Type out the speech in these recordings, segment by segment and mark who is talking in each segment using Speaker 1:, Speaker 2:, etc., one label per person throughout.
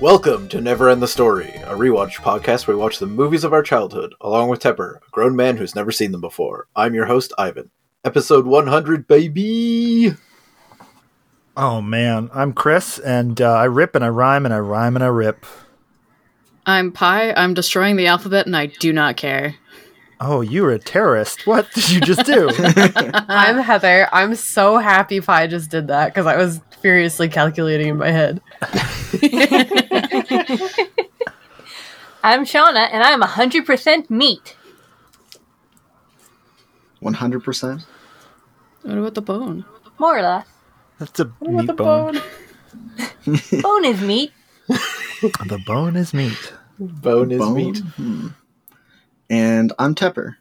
Speaker 1: Welcome to Never End the Story, a rewatch podcast where we watch the movies of our childhood, along with Tepper, a grown man who's never seen them before. I'm your host, Ivan. Episode 100, baby!
Speaker 2: Oh man, I'm Chris, and uh, I rip and I rhyme and I rhyme and I rip.
Speaker 3: I'm Pi. I'm destroying the alphabet, and I do not care.
Speaker 2: Oh, you were a terrorist. What did you just do?
Speaker 4: I'm Heather. I'm so happy Pi just did that because I was furiously calculating in my head.
Speaker 5: I'm Shauna, and I'm 100% meat.
Speaker 6: 100%?
Speaker 3: What about the bone?
Speaker 5: More or less.
Speaker 2: That's a meat bone.
Speaker 5: Bone is meat.
Speaker 2: The bone is meat.
Speaker 1: Bone is
Speaker 6: Bone?
Speaker 1: meat.
Speaker 6: Hmm. And I'm Tepper.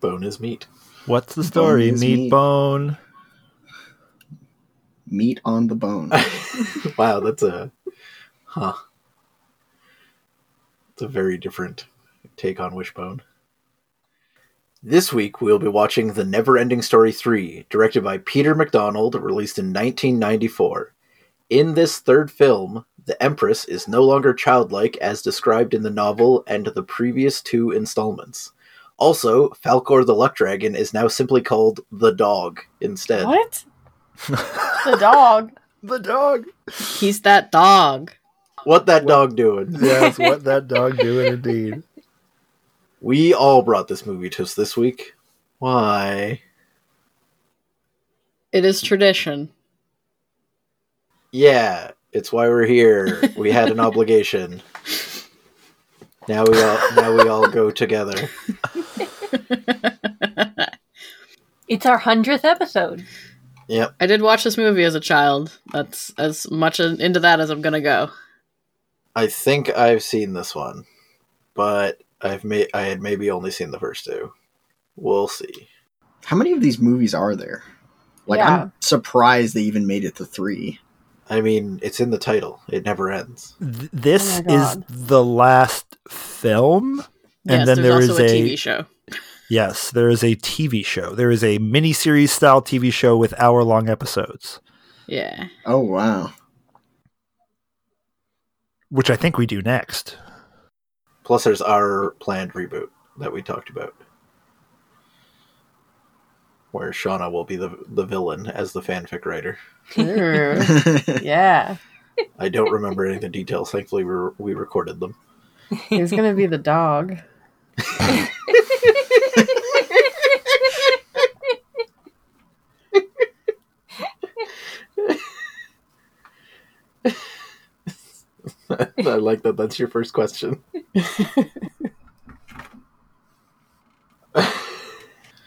Speaker 1: Bone is meat.
Speaker 2: What's the story?
Speaker 6: is
Speaker 2: meat,
Speaker 6: meat.
Speaker 2: bone.
Speaker 6: Meat on the bone.
Speaker 1: Wow, that's a. Huh. It's a very different take on Wishbone. This week, we'll be watching The Never Ending Story 3, directed by Peter MacDonald, released in 1994. In this third film, the Empress is no longer childlike as described in the novel and the previous two installments. Also, Falcor the Luck Dragon is now simply called the Dog instead.
Speaker 4: What? the dog.
Speaker 2: The dog.
Speaker 3: He's that dog.
Speaker 1: What that dog doing?
Speaker 2: Yes, what that dog doing indeed.
Speaker 1: We all brought this movie to us this week. Why?
Speaker 3: It is tradition.
Speaker 1: Yeah, it's why we're here. We had an obligation. Now we all now we all go together.
Speaker 5: It's our 100th episode.
Speaker 1: Yep.
Speaker 3: I did watch this movie as a child. That's as much in- into that as I'm gonna go.
Speaker 1: I think I've seen this one, but I've made I had maybe only seen the first two. We'll see.
Speaker 6: How many of these movies are there? Like,
Speaker 4: Yeah.
Speaker 6: I'm surprised they even made it to three.
Speaker 1: I mean, it's in the title. It never ends.
Speaker 2: Th- This
Speaker 4: Oh my
Speaker 2: is
Speaker 4: God.
Speaker 2: the last film,
Speaker 3: yes,
Speaker 2: and then
Speaker 3: there's
Speaker 2: there
Speaker 3: also
Speaker 2: is
Speaker 3: a, TV show.
Speaker 2: yes, there is a TV show. There is a miniseries style TV show with hour long episodes,
Speaker 3: Yeah.
Speaker 6: Oh, wow.
Speaker 2: which I think we do next.
Speaker 1: Plus there's our planned reboot that we talked about. Where Shauna will be the the villain as the fanfic writer.
Speaker 4: Ooh, yeah.
Speaker 1: I don't remember any of the details. Thankfully, we, re- we recorded them.
Speaker 4: He's going to be the dog.
Speaker 1: I like that. That's your first question.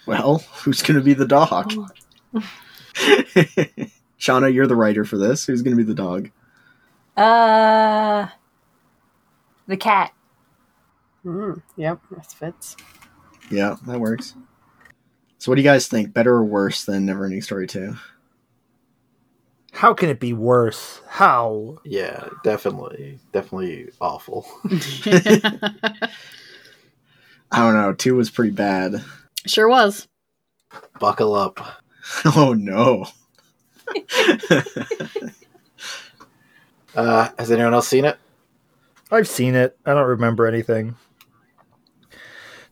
Speaker 6: well, who's going to be the dog? Shauna, you're the writer for this. Who's going to be the dog?
Speaker 5: Uh, the cat.
Speaker 4: Mm, yep, that fits.
Speaker 6: Yeah, that works. So, what do you guys think? Better or worse than Neverending Story 2?
Speaker 2: How can it be worse? How?
Speaker 1: Yeah, definitely, definitely awful.
Speaker 6: I don't know. 2 was pretty bad.
Speaker 3: Sure was.
Speaker 1: Buckle up.
Speaker 6: oh, no.
Speaker 1: Uh, has anyone else seen it?
Speaker 2: I've seen it. I don't remember anything.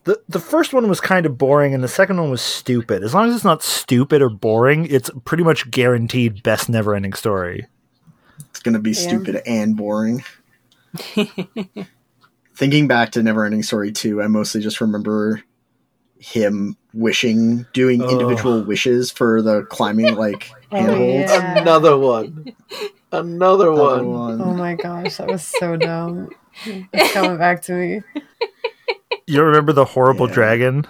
Speaker 2: The the first one was kind of boring and the second one was stupid. As long as it's not stupid or boring, it's pretty much guaranteed best never ending story.
Speaker 6: It's gonna be
Speaker 4: Yeah.
Speaker 6: stupid and boring. Thinking back to Neverending Story 2, I mostly just remember him wishing, doing
Speaker 2: Oh.
Speaker 6: individual wishes for the climbing like
Speaker 4: Oh,
Speaker 6: handholds.
Speaker 4: yeah.
Speaker 1: Another one. Another
Speaker 6: Another
Speaker 1: one.
Speaker 6: one.
Speaker 4: Oh my gosh, that was so dumb. It's coming back to me.
Speaker 2: You remember the horrible
Speaker 6: Yeah.
Speaker 2: dragon?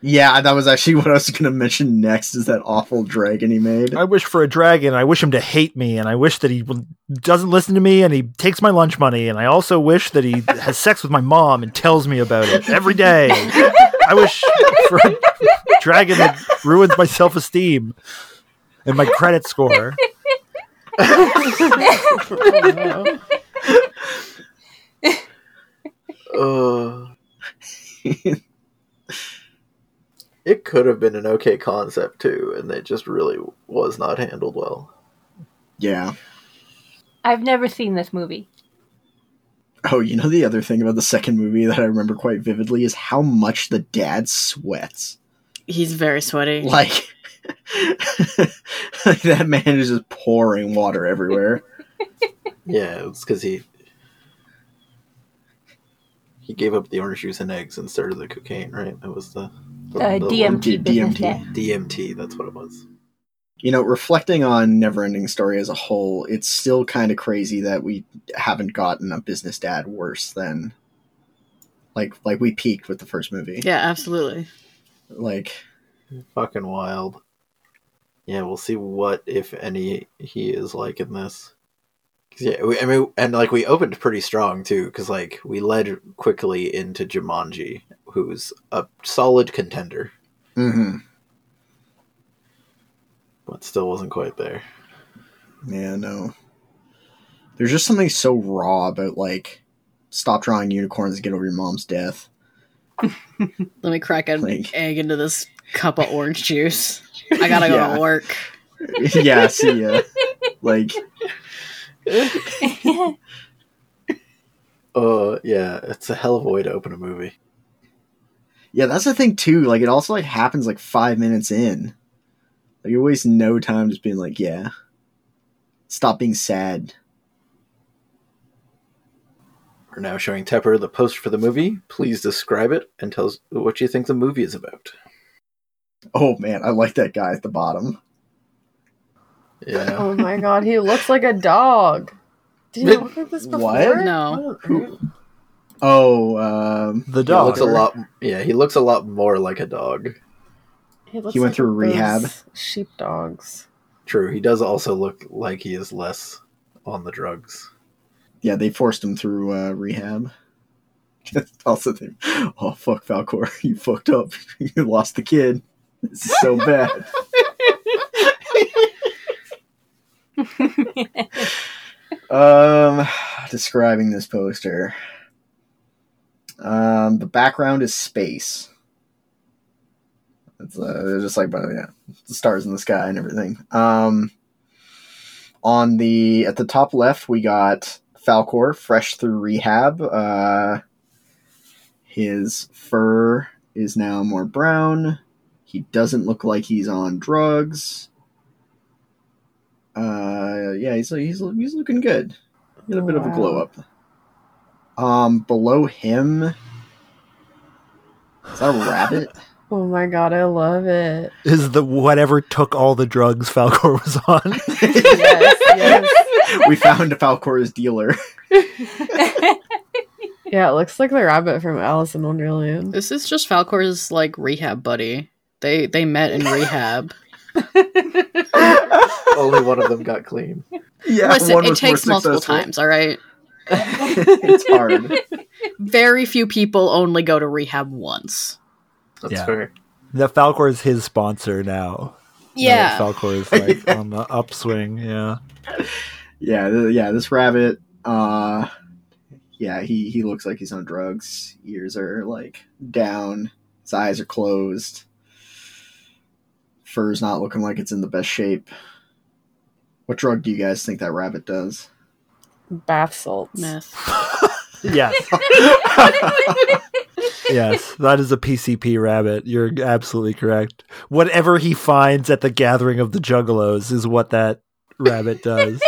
Speaker 6: Yeah, that was actually what I was gonna mention next. Is that awful dragon he made?
Speaker 2: I wish for a dragon. I wish him to hate me, and I wish that he w- doesn't listen to me, and he takes my lunch money, and I also wish that he has sex with my mom and tells me about it every day. I wish for a dragon that ruins my self esteem and my credit score.
Speaker 4: Oh,
Speaker 1: Uh,
Speaker 4: no.
Speaker 1: it could have been an okay concept too, and it just really was not handled well.
Speaker 6: Yeah,
Speaker 5: I've never seen this movie.
Speaker 6: Oh, you know the other thing about the second movie that I remember quite vividly is how much the dad sweats.
Speaker 3: He's very sweaty.
Speaker 6: Like, like that man is just pouring water everywhere.
Speaker 1: Yeah, it's because he he gave up the orange juice and eggs and started the cocaine. Right? That was the, the-
Speaker 5: Uh,
Speaker 1: the-
Speaker 5: DMT, business
Speaker 6: DMT.
Speaker 5: day.
Speaker 1: DMT. That's what it was.
Speaker 6: You know, reflecting on Neverending Story as a whole, it's still kind of crazy that we haven't gotten a business dad worse than like like we peaked with the first movie.
Speaker 3: yeah, absolutely.
Speaker 6: Like
Speaker 1: Fucking wild. Yeah, we'll see what, if any, he is like in this. 'Cause, Yeah, we, I mean, and like we opened pretty strong too, because like we led quickly into Jumanji, who's a solid contender,
Speaker 6: mhm.
Speaker 1: but still wasn't quite there.
Speaker 6: Yeah, no. There's just something so raw about like stop drawing unicorns and get over your mom's death.
Speaker 3: Let me crack an
Speaker 6: Like-
Speaker 3: egg into this cup of orange juice. I gotta go
Speaker 6: Yeah.
Speaker 3: to work.
Speaker 6: yeah, see ya. Like
Speaker 1: Uh, yeah, it's a hell of a way to open a movie.
Speaker 6: Yeah, that's the thing too. Like it also like happens like five minutes in. Like you waste no time just being like, yeah. Stop being sad.
Speaker 1: We're now showing Tepper the post for the movie. Please describe it and tell us what you think the movie is about.
Speaker 6: Oh man, I like that guy at the bottom.
Speaker 1: Yeah.
Speaker 4: Oh my god, he looks like a dog. Did you
Speaker 1: But-
Speaker 4: look like this before?
Speaker 6: what?
Speaker 3: No.
Speaker 6: Oh, um
Speaker 2: The
Speaker 1: He
Speaker 2: dog.
Speaker 1: looks a lot. Yeah, he looks a lot more like a dog.
Speaker 4: He, looks
Speaker 6: He went
Speaker 4: those
Speaker 6: through rehab.
Speaker 4: Sheepdogs.
Speaker 1: True, he does also look like he is less on the drugs.
Speaker 6: yeah, they forced him through uh rehab. also they, oh fuck Falcor, you fucked up. you lost the kid. This is so bad. Um, describing this poster. Um, the background is space. It's uh, they're just like, but yeah, stars in the sky and everything. Um, on the at the top left, we got Falcor fresh through rehab. Uh, his fur is now more brown. He doesn't look like he's on drugs. Uh, yeah, he's he's he's looking good. He had a bit of a
Speaker 4: Wow.
Speaker 6: glow up. Um, below him is that a rabbit?
Speaker 4: Oh my god, I love it.
Speaker 2: Is the whatever took all the drugs Falcor was on?
Speaker 4: Yes, yes.
Speaker 6: we found Falcor's dealer.
Speaker 4: Yeah, it looks like the rabbit from Alice in Wonderland.
Speaker 3: This is just Falcor's like rehab buddy. They they met in rehab.
Speaker 1: Only one of them got clean.
Speaker 6: Yeah,
Speaker 3: Listen,
Speaker 6: one
Speaker 3: it
Speaker 6: was more
Speaker 3: takes multiple
Speaker 6: successful.
Speaker 3: times, all right?
Speaker 6: it's hard.
Speaker 3: Very few people only go to rehab once.
Speaker 1: That's
Speaker 2: Yeah.
Speaker 1: fair.
Speaker 2: that Falcor is his sponsor now.
Speaker 3: Yeah.
Speaker 2: Now that Falcor is like on the upswing. Yeah.
Speaker 6: Yeah, th- yeah. This rabbit. Uh, yeah, he he looks like he's on drugs. Ears are like down. His eyes are closed. Fur's not looking like it's in the best shape. What drug do you guys think that rabbit does?
Speaker 4: Bath salts.
Speaker 3: Meth.
Speaker 2: Yes. yes. That is a PCP rabbit. You're absolutely correct. Whatever he finds at the gathering of the juggalos is what that rabbit does.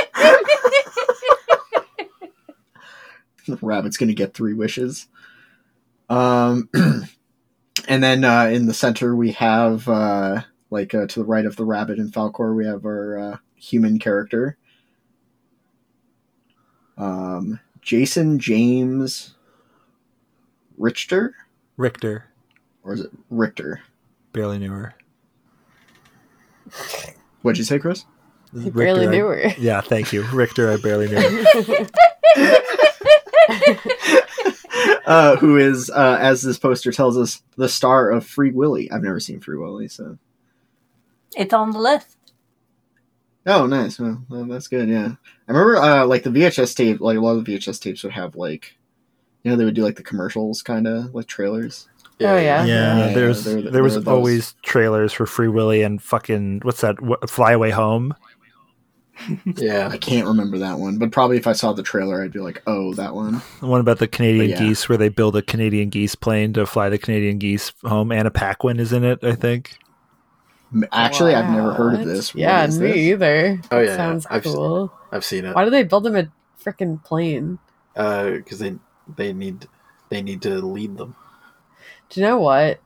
Speaker 6: The rabbit's gonna get three wishes. Um, and then uh, in the center we have uh, like uh, to the right of the rabbit and Falcor we have our uh, human character, um, Jason James Richter
Speaker 2: Richter.
Speaker 6: or is it Richter?
Speaker 2: Barely knew her.
Speaker 6: What'd you say, Chris?
Speaker 2: This is
Speaker 4: You barely
Speaker 2: Richter, I-
Speaker 4: knew her.
Speaker 2: Yeah, thank you. Richter, I barely knew. her.
Speaker 6: uh, who is, uh, as this poster tells us, the star of Free Willy. I've never seen Free Willy, so
Speaker 5: it's on the list.
Speaker 6: Oh, nice. Well, well, that's good. Yeah, I remember uh, like the VHS tape. Like a lot of the VHS tapes would have like, you know, they would do like the commercials, kind of like trailers.
Speaker 4: Oh,
Speaker 2: Yeah,
Speaker 4: yeah.
Speaker 6: Yeah,
Speaker 2: there's
Speaker 6: there-
Speaker 2: there
Speaker 6: there
Speaker 2: was
Speaker 6: were those.
Speaker 2: always trailers for Free Willy and fucking what's that? Wh- Fly Away Home.
Speaker 1: Yeah.
Speaker 6: I can't remember that one, but probably if I saw the trailer, I'd be like, "Oh, that one."
Speaker 2: The one about the Canadian
Speaker 6: Yeah.
Speaker 2: geese, where they build a Canadian geese plane to fly the Canadian geese home. Anna Paquin is in it, I think.
Speaker 6: M- Actually, I've never heard of
Speaker 4: What?
Speaker 6: this. What
Speaker 4: Yeah,
Speaker 6: is
Speaker 4: me
Speaker 6: this?
Speaker 4: either.
Speaker 1: Oh,
Speaker 4: That
Speaker 1: yeah,
Speaker 4: sounds
Speaker 1: I've s-
Speaker 4: cool.
Speaker 1: I've seen it.
Speaker 4: Why do they build them a freaking plane?
Speaker 1: because they they need they need to lead them.
Speaker 4: Do you know what?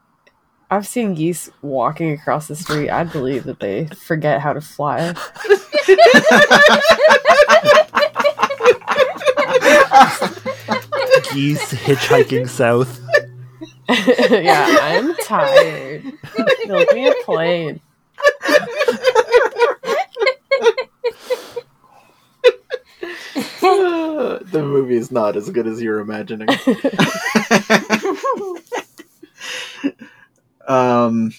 Speaker 4: I've seen geese walking across the street. I believe that they forget how to fly.
Speaker 2: Geese hitchhiking south.
Speaker 4: yeah, I'm tired. Build me a plane.
Speaker 1: the movie is not as good as you're imagining.
Speaker 6: Um,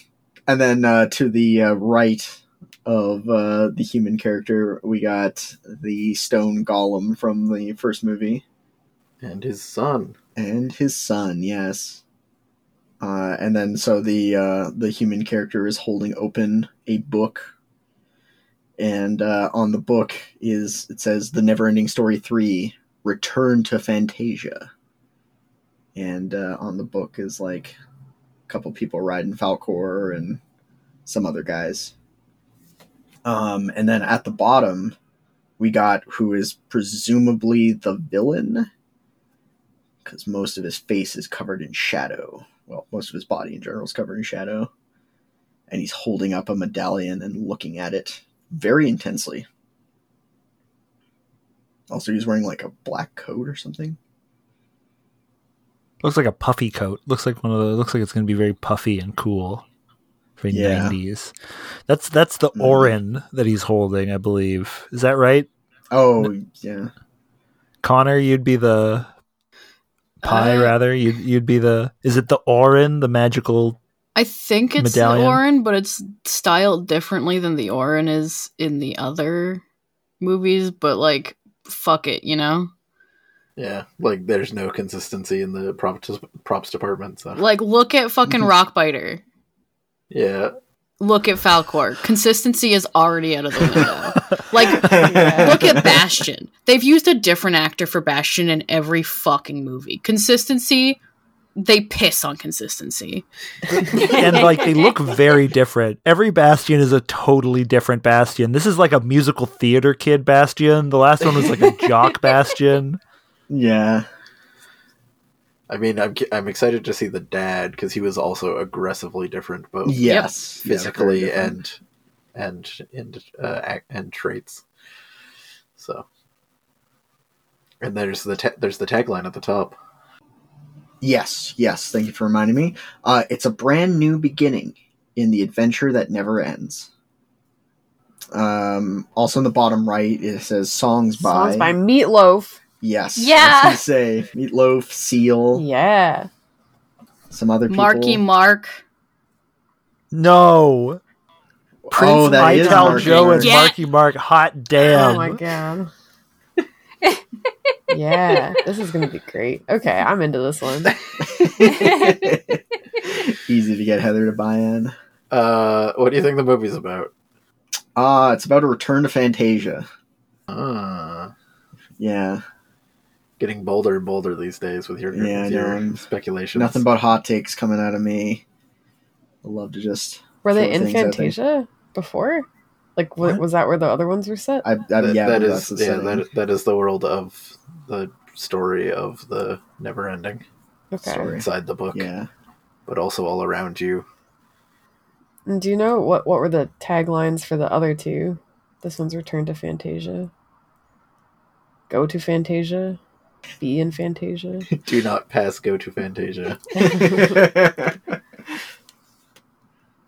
Speaker 6: and then uh, to the uh, right of uh, the human character, we got the stone golem from the first movie
Speaker 1: and his son.
Speaker 6: and his son. Yes. Uh, and then so the uh, the human character is holding open a book, and uh, on the book is it says the Neverending Story three: Return to Fantasia. And uh, on the book is like a couple people riding Falcor and some other guys. Um, and then at the bottom, we got who is presumably the villain because most of his face is covered in shadow. Well, most of his body in general is covered in shadow. And he's holding up a medallion and looking at it very intensely. Also, he's wearing like a black coat or something.
Speaker 2: Looks like a puffy coat. Looks like one of those. Looks like it's going to be very puffy and cool. Very
Speaker 6: Yeah.
Speaker 2: 90s. That's that's the
Speaker 6: Mhm.
Speaker 2: Orin that he's holding, I believe. Is that right?
Speaker 6: Oh, yeah.
Speaker 2: Connor, you'd be the pie
Speaker 3: Uh,
Speaker 2: rather. You'd you'd be the Is it the Orin, the magical
Speaker 3: I think it's
Speaker 2: Medallion.
Speaker 3: the Orin, but it's styled differently than the Orin is in the other movies. But like, fuck it, you know.
Speaker 1: Yeah, like there's no consistency in the props props department. So
Speaker 3: Like, look at fucking Rockbiter.
Speaker 1: yeah,
Speaker 3: Look at Falcor. Consistency is already out of the window. like, Look at Bastion. They've used a different actor for Bastion in every fucking movie. Consistency, they piss on consistency.
Speaker 2: and like they look very different. Every Bastion is a totally different Bastion. This is like a musical theater kid Bastion. The last one was like a jock Bastion.
Speaker 6: Yeah.
Speaker 1: I mean, I'm ki- I'm excited to see the dad because he was also aggressively different, both
Speaker 6: Yes. Yeah,
Speaker 1: physically
Speaker 6: very different.
Speaker 1: and and and uh, ac- and traits. So, and there's the ta- there's the tagline at the top.
Speaker 6: Yes, yes. Thank you for reminding me. Uh, it's a brand new beginning in the adventure that never ends. Um, also in the bottom right, it says songs by.
Speaker 4: Sounds by Meatloaf.
Speaker 6: Yes. I was
Speaker 5: Yeah.
Speaker 6: gonna say meatloaf, seal,
Speaker 4: Yeah.
Speaker 6: some other people.
Speaker 3: Marky Mark.
Speaker 2: No. Prince
Speaker 6: oh, that is
Speaker 2: Mitel
Speaker 6: Marky
Speaker 2: Joe
Speaker 6: Mark.
Speaker 2: and
Speaker 3: Yeah.
Speaker 2: Marky Mark. Hot damn.
Speaker 4: Oh my god. yeah, this is gonna be great. Okay, I'm into this one.
Speaker 6: Easy to get Heather to buy in.
Speaker 1: Uh, what do you think the movie's about?
Speaker 6: Ah, it's about a return to Fantasia.
Speaker 1: Ah,
Speaker 6: Yeah,
Speaker 1: getting bolder and bolder these days with your,
Speaker 6: Yeah, I
Speaker 1: with your
Speaker 6: know.
Speaker 1: speculations.
Speaker 6: nothing but hot takes coming out of me. I love to just.
Speaker 4: Were they
Speaker 6: Throw
Speaker 4: in
Speaker 6: things at them.
Speaker 4: Fantasia before? Like, wa-
Speaker 6: What?
Speaker 4: was that where the other ones were set?
Speaker 6: I, I
Speaker 1: That-
Speaker 6: yeah,
Speaker 1: that
Speaker 6: that's
Speaker 1: is
Speaker 6: the
Speaker 1: yeah,
Speaker 6: setting.
Speaker 1: that, that is the world of the story of the never ending
Speaker 4: Okay.
Speaker 6: sorry.
Speaker 1: inside the book,
Speaker 6: yeah.
Speaker 1: but also all around you.
Speaker 4: And do you know what what were the taglines for the other two? This one's Return to Fantasia. Go to Fantasia. Be in Fantasia.
Speaker 1: Do not pass. Go to Fantasia.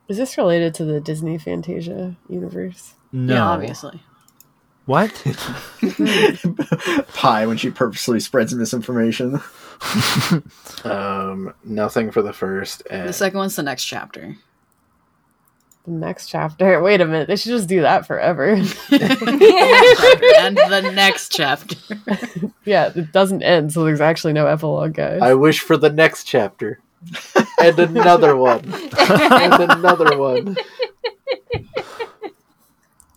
Speaker 4: Is this related to the Disney Fantasia universe?
Speaker 2: No.
Speaker 3: Yeah, obviously.
Speaker 2: What?
Speaker 6: Pie when she purposely spreads misinformation.
Speaker 1: Um, nothing for the first and
Speaker 3: The second one's the next chapter.
Speaker 4: The next chapter. Wait a minute. They should just do that forever.
Speaker 3: and the next chapter.
Speaker 4: yeah, it doesn't end, so there's actually no epilogue, guys.
Speaker 1: I wish for the next chapter and another one and another one.
Speaker 4: I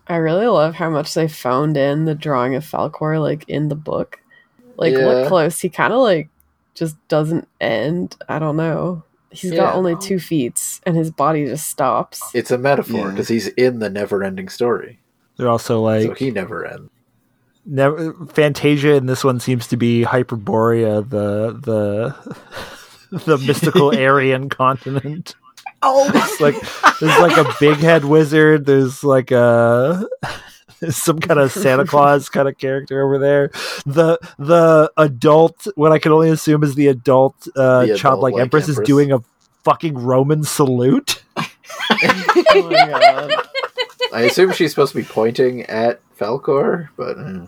Speaker 4: I really love how much they phoned in the drawing of Falcor, like in the book. Like
Speaker 6: Yeah.
Speaker 4: look close, he kind of like just doesn't end. I don't know. He's
Speaker 1: Yeah.
Speaker 4: got only two feet, and his body just stops.
Speaker 1: It's a metaphor
Speaker 6: Yeah.
Speaker 1: because he's in the never-ending story,
Speaker 2: They're also
Speaker 1: so
Speaker 2: like
Speaker 1: he never ends.
Speaker 2: never Fantasia, and this one seems to be Hyperborea, the the the mystical Aryan continent.
Speaker 6: Oh,
Speaker 2: It's like there's like a big head wizard. There's like a there's some kind of Santa Claus kind of character over there. The the adult, what I can only assume is the adult uh,
Speaker 1: The
Speaker 2: childlike
Speaker 1: adult-like
Speaker 2: empress, is
Speaker 1: empress.
Speaker 2: doing a fucking Roman salute.
Speaker 4: oh my god!
Speaker 1: I assume she's supposed to be pointing at Falcor, but mm.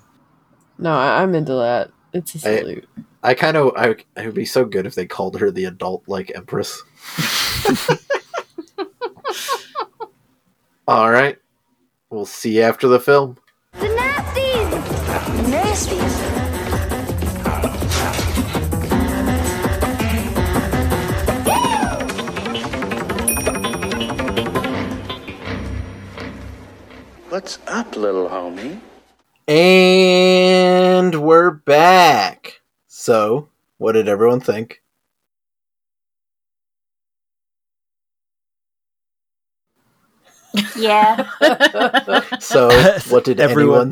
Speaker 4: No, I- I'm into that. It's a
Speaker 1: I-
Speaker 4: salute.
Speaker 1: I kind of I, it would be so good if they called her the adult-like empress. All right, we'll see you after the film.
Speaker 7: The nasties! The nasties!
Speaker 8: What's up, little homie?
Speaker 1: And we're back. So, what did everyone think?
Speaker 5: Yeah.
Speaker 1: So, what did
Speaker 2: Everyone.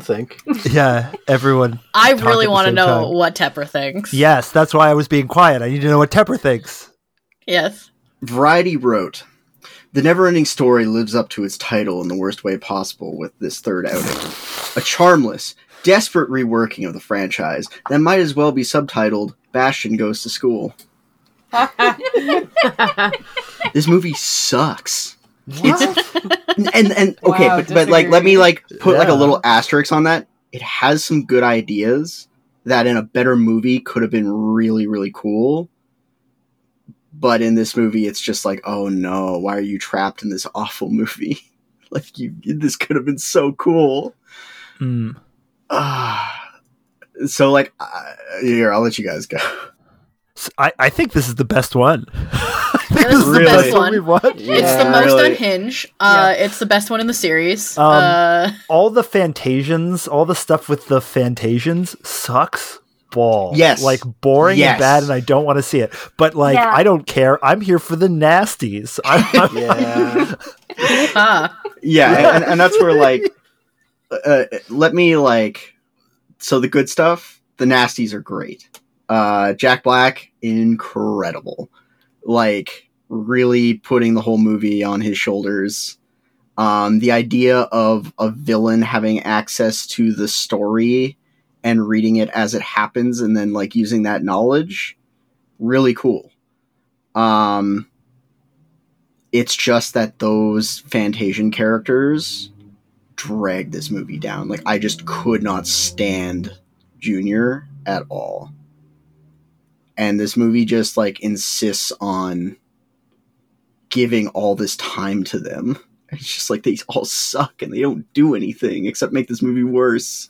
Speaker 1: everyone think?
Speaker 2: Yeah, everyone.
Speaker 3: I
Speaker 2: Talk at
Speaker 3: really
Speaker 2: the
Speaker 3: want to
Speaker 2: same
Speaker 3: know
Speaker 2: time.
Speaker 3: what Tepper thinks.
Speaker 2: Yes, that's why I was being quiet. I need to know what Tepper thinks.
Speaker 3: Yes.
Speaker 6: Variety wrote, "The never-ending story lives up to its title in the worst way possible with this third outing, a charmless, desperate reworking of the franchise that might as well be subtitled Bastion Goes to School." this movie sucks. It's and and okay,
Speaker 4: Wow,
Speaker 6: but, but like let
Speaker 4: disagree.
Speaker 6: me like put like a
Speaker 2: Yeah.
Speaker 6: little asterisk on that. It has some good ideas that in a better movie could have been really really cool. But in this movie it's just like, "Oh no, why are you trapped in this awful movie?" like you this could have been so cool.
Speaker 2: Hmm.
Speaker 6: Ah. so like I here, I'll let you guys go.
Speaker 2: S- I, I think this is the best one. I think
Speaker 3: This is the
Speaker 6: best
Speaker 2: one
Speaker 3: one.
Speaker 2: we've watched.
Speaker 3: it's the
Speaker 6: Yeah,
Speaker 3: most
Speaker 6: really.
Speaker 3: unhinged. Uh, It's the best one in the series.
Speaker 2: Um,
Speaker 3: uh,
Speaker 2: all the Fantasians, all the stuff with the Fantasians sucks balls.
Speaker 6: Yes.
Speaker 2: Like boring
Speaker 6: Yes.
Speaker 2: and bad, and I don't want to see it. But like,
Speaker 5: Yeah.
Speaker 2: I don't care. I'm here for the nasties. I'm, I'm-
Speaker 1: Yeah,
Speaker 3: huh.
Speaker 6: yeah and, and that's where like uh, let me like so the good stuff the nasties are great uh jack black incredible like really putting the whole movie on his shoulders um the idea of a villain having access to the story and reading it as it happens and then like using that knowledge really cool um it's just that those Fantasian characters drag this movie down. Like I just could not stand Junior at all. And this movie just like insists on giving all this time to them. It's just like they all suck and they don't do anything except make this movie worse.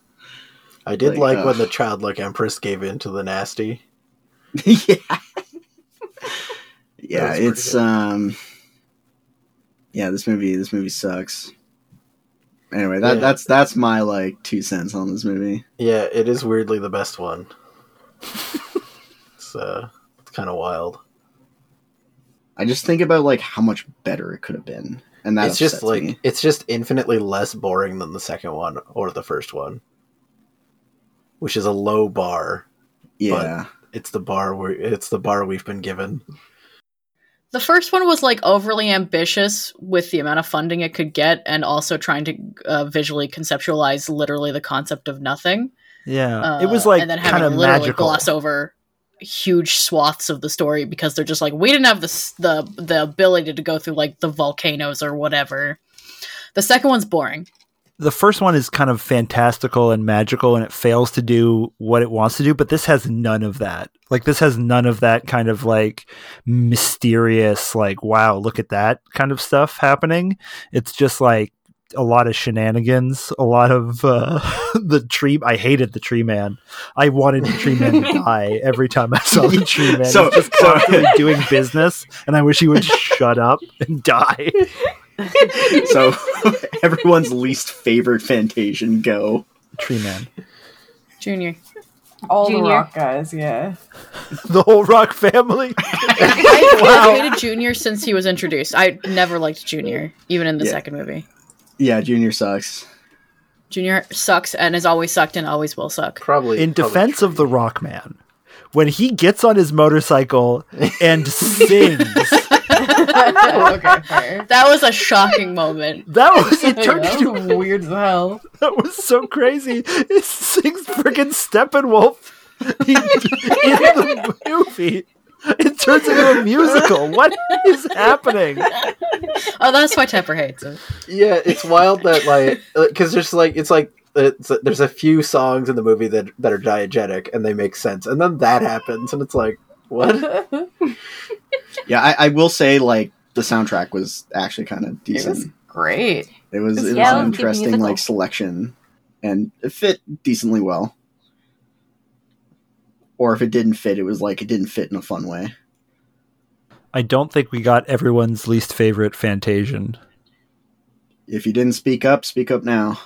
Speaker 1: I did like,
Speaker 6: Like, uh,
Speaker 1: when the childlike empress gave in to the nasty.
Speaker 6: yeah.
Speaker 1: was
Speaker 6: yeah,
Speaker 1: pretty
Speaker 6: it's
Speaker 1: good.
Speaker 6: um Yeah, this movie this movie sucks. Anyway, that
Speaker 1: Yeah.
Speaker 6: that's that's my like two cents on this movie.
Speaker 1: Yeah, it is weirdly the best one. it's uh, it's kind of wild.
Speaker 6: I just think about like how much better it could have been. And that's
Speaker 1: it's just like it's just infinitely less boring than the second one or the first one, which is a low bar.
Speaker 6: Yeah.
Speaker 1: It's the bar where it's the bar we've been given.
Speaker 3: The first one was like overly ambitious with the amount of funding it could get, and also trying to uh, visually conceptualize literally the concept of nothing.
Speaker 2: yeah.
Speaker 3: Uh,
Speaker 2: it was like
Speaker 3: and then
Speaker 2: kind
Speaker 3: having
Speaker 2: of
Speaker 3: to literally
Speaker 2: magical.
Speaker 3: gloss over huge swaths of the story because they're just like we didn't have the s- the the ability to go through like the volcanoes or whatever. The second one's boring.
Speaker 2: the first one is kind of fantastical and magical and it fails to do what it wants to do but this has none of that like this has none of that kind of like mysterious like wow look at that kind of stuff happening it's just like a lot of shenanigans a lot of uh, the tree i hated the tree man i wanted the tree man to die every time i saw the tree man
Speaker 6: So-
Speaker 2: He's just
Speaker 6: so-
Speaker 2: constantly doing business and i wish he would shut up and die
Speaker 6: so everyone's least favorite Fantasian go.
Speaker 2: Tree man.
Speaker 3: Junior.
Speaker 4: All the
Speaker 5: Junior.
Speaker 4: rock guys, yeah.
Speaker 2: The whole rock family.
Speaker 3: I've hated Junior since he was introduced. I never liked Junior, even in the
Speaker 6: Yeah.
Speaker 3: second movie.
Speaker 6: Yeah, Junior sucks.
Speaker 3: Junior sucks and has always sucked and always will suck.
Speaker 1: Probably
Speaker 2: In
Speaker 1: probably
Speaker 2: defense
Speaker 1: tree.
Speaker 2: of the rock man, when he gets on his motorcycle and sings,
Speaker 4: Oh, okay, fair.
Speaker 3: That was a shocking moment.
Speaker 2: that was it turned
Speaker 4: That
Speaker 2: into
Speaker 4: was weird as hell.
Speaker 2: That was so crazy. It sings freaking Steppenwolf in the movie. It turns into a musical. What is happening?
Speaker 3: Oh, that's why Tepper hates it.
Speaker 1: Yeah, it's wild that like because there's like it's like it's, uh, there's a few songs in the movie that that are diegetic and they make sense, and then that happens, and it's like what?
Speaker 6: Yeah, I, I will say like the soundtrack was actually kind of
Speaker 4: It was
Speaker 6: decent.
Speaker 4: great.
Speaker 6: It was it
Speaker 5: Yeah,
Speaker 6: was,
Speaker 5: it was a
Speaker 6: an
Speaker 5: good
Speaker 6: interesting
Speaker 5: musical.
Speaker 6: like selection, and it fit decently well. Or if it didn't fit, it was like it didn't fit in a fun way.
Speaker 2: I don't think we got everyone's least favorite Fantasian.
Speaker 6: If you didn't speak up, speak up now.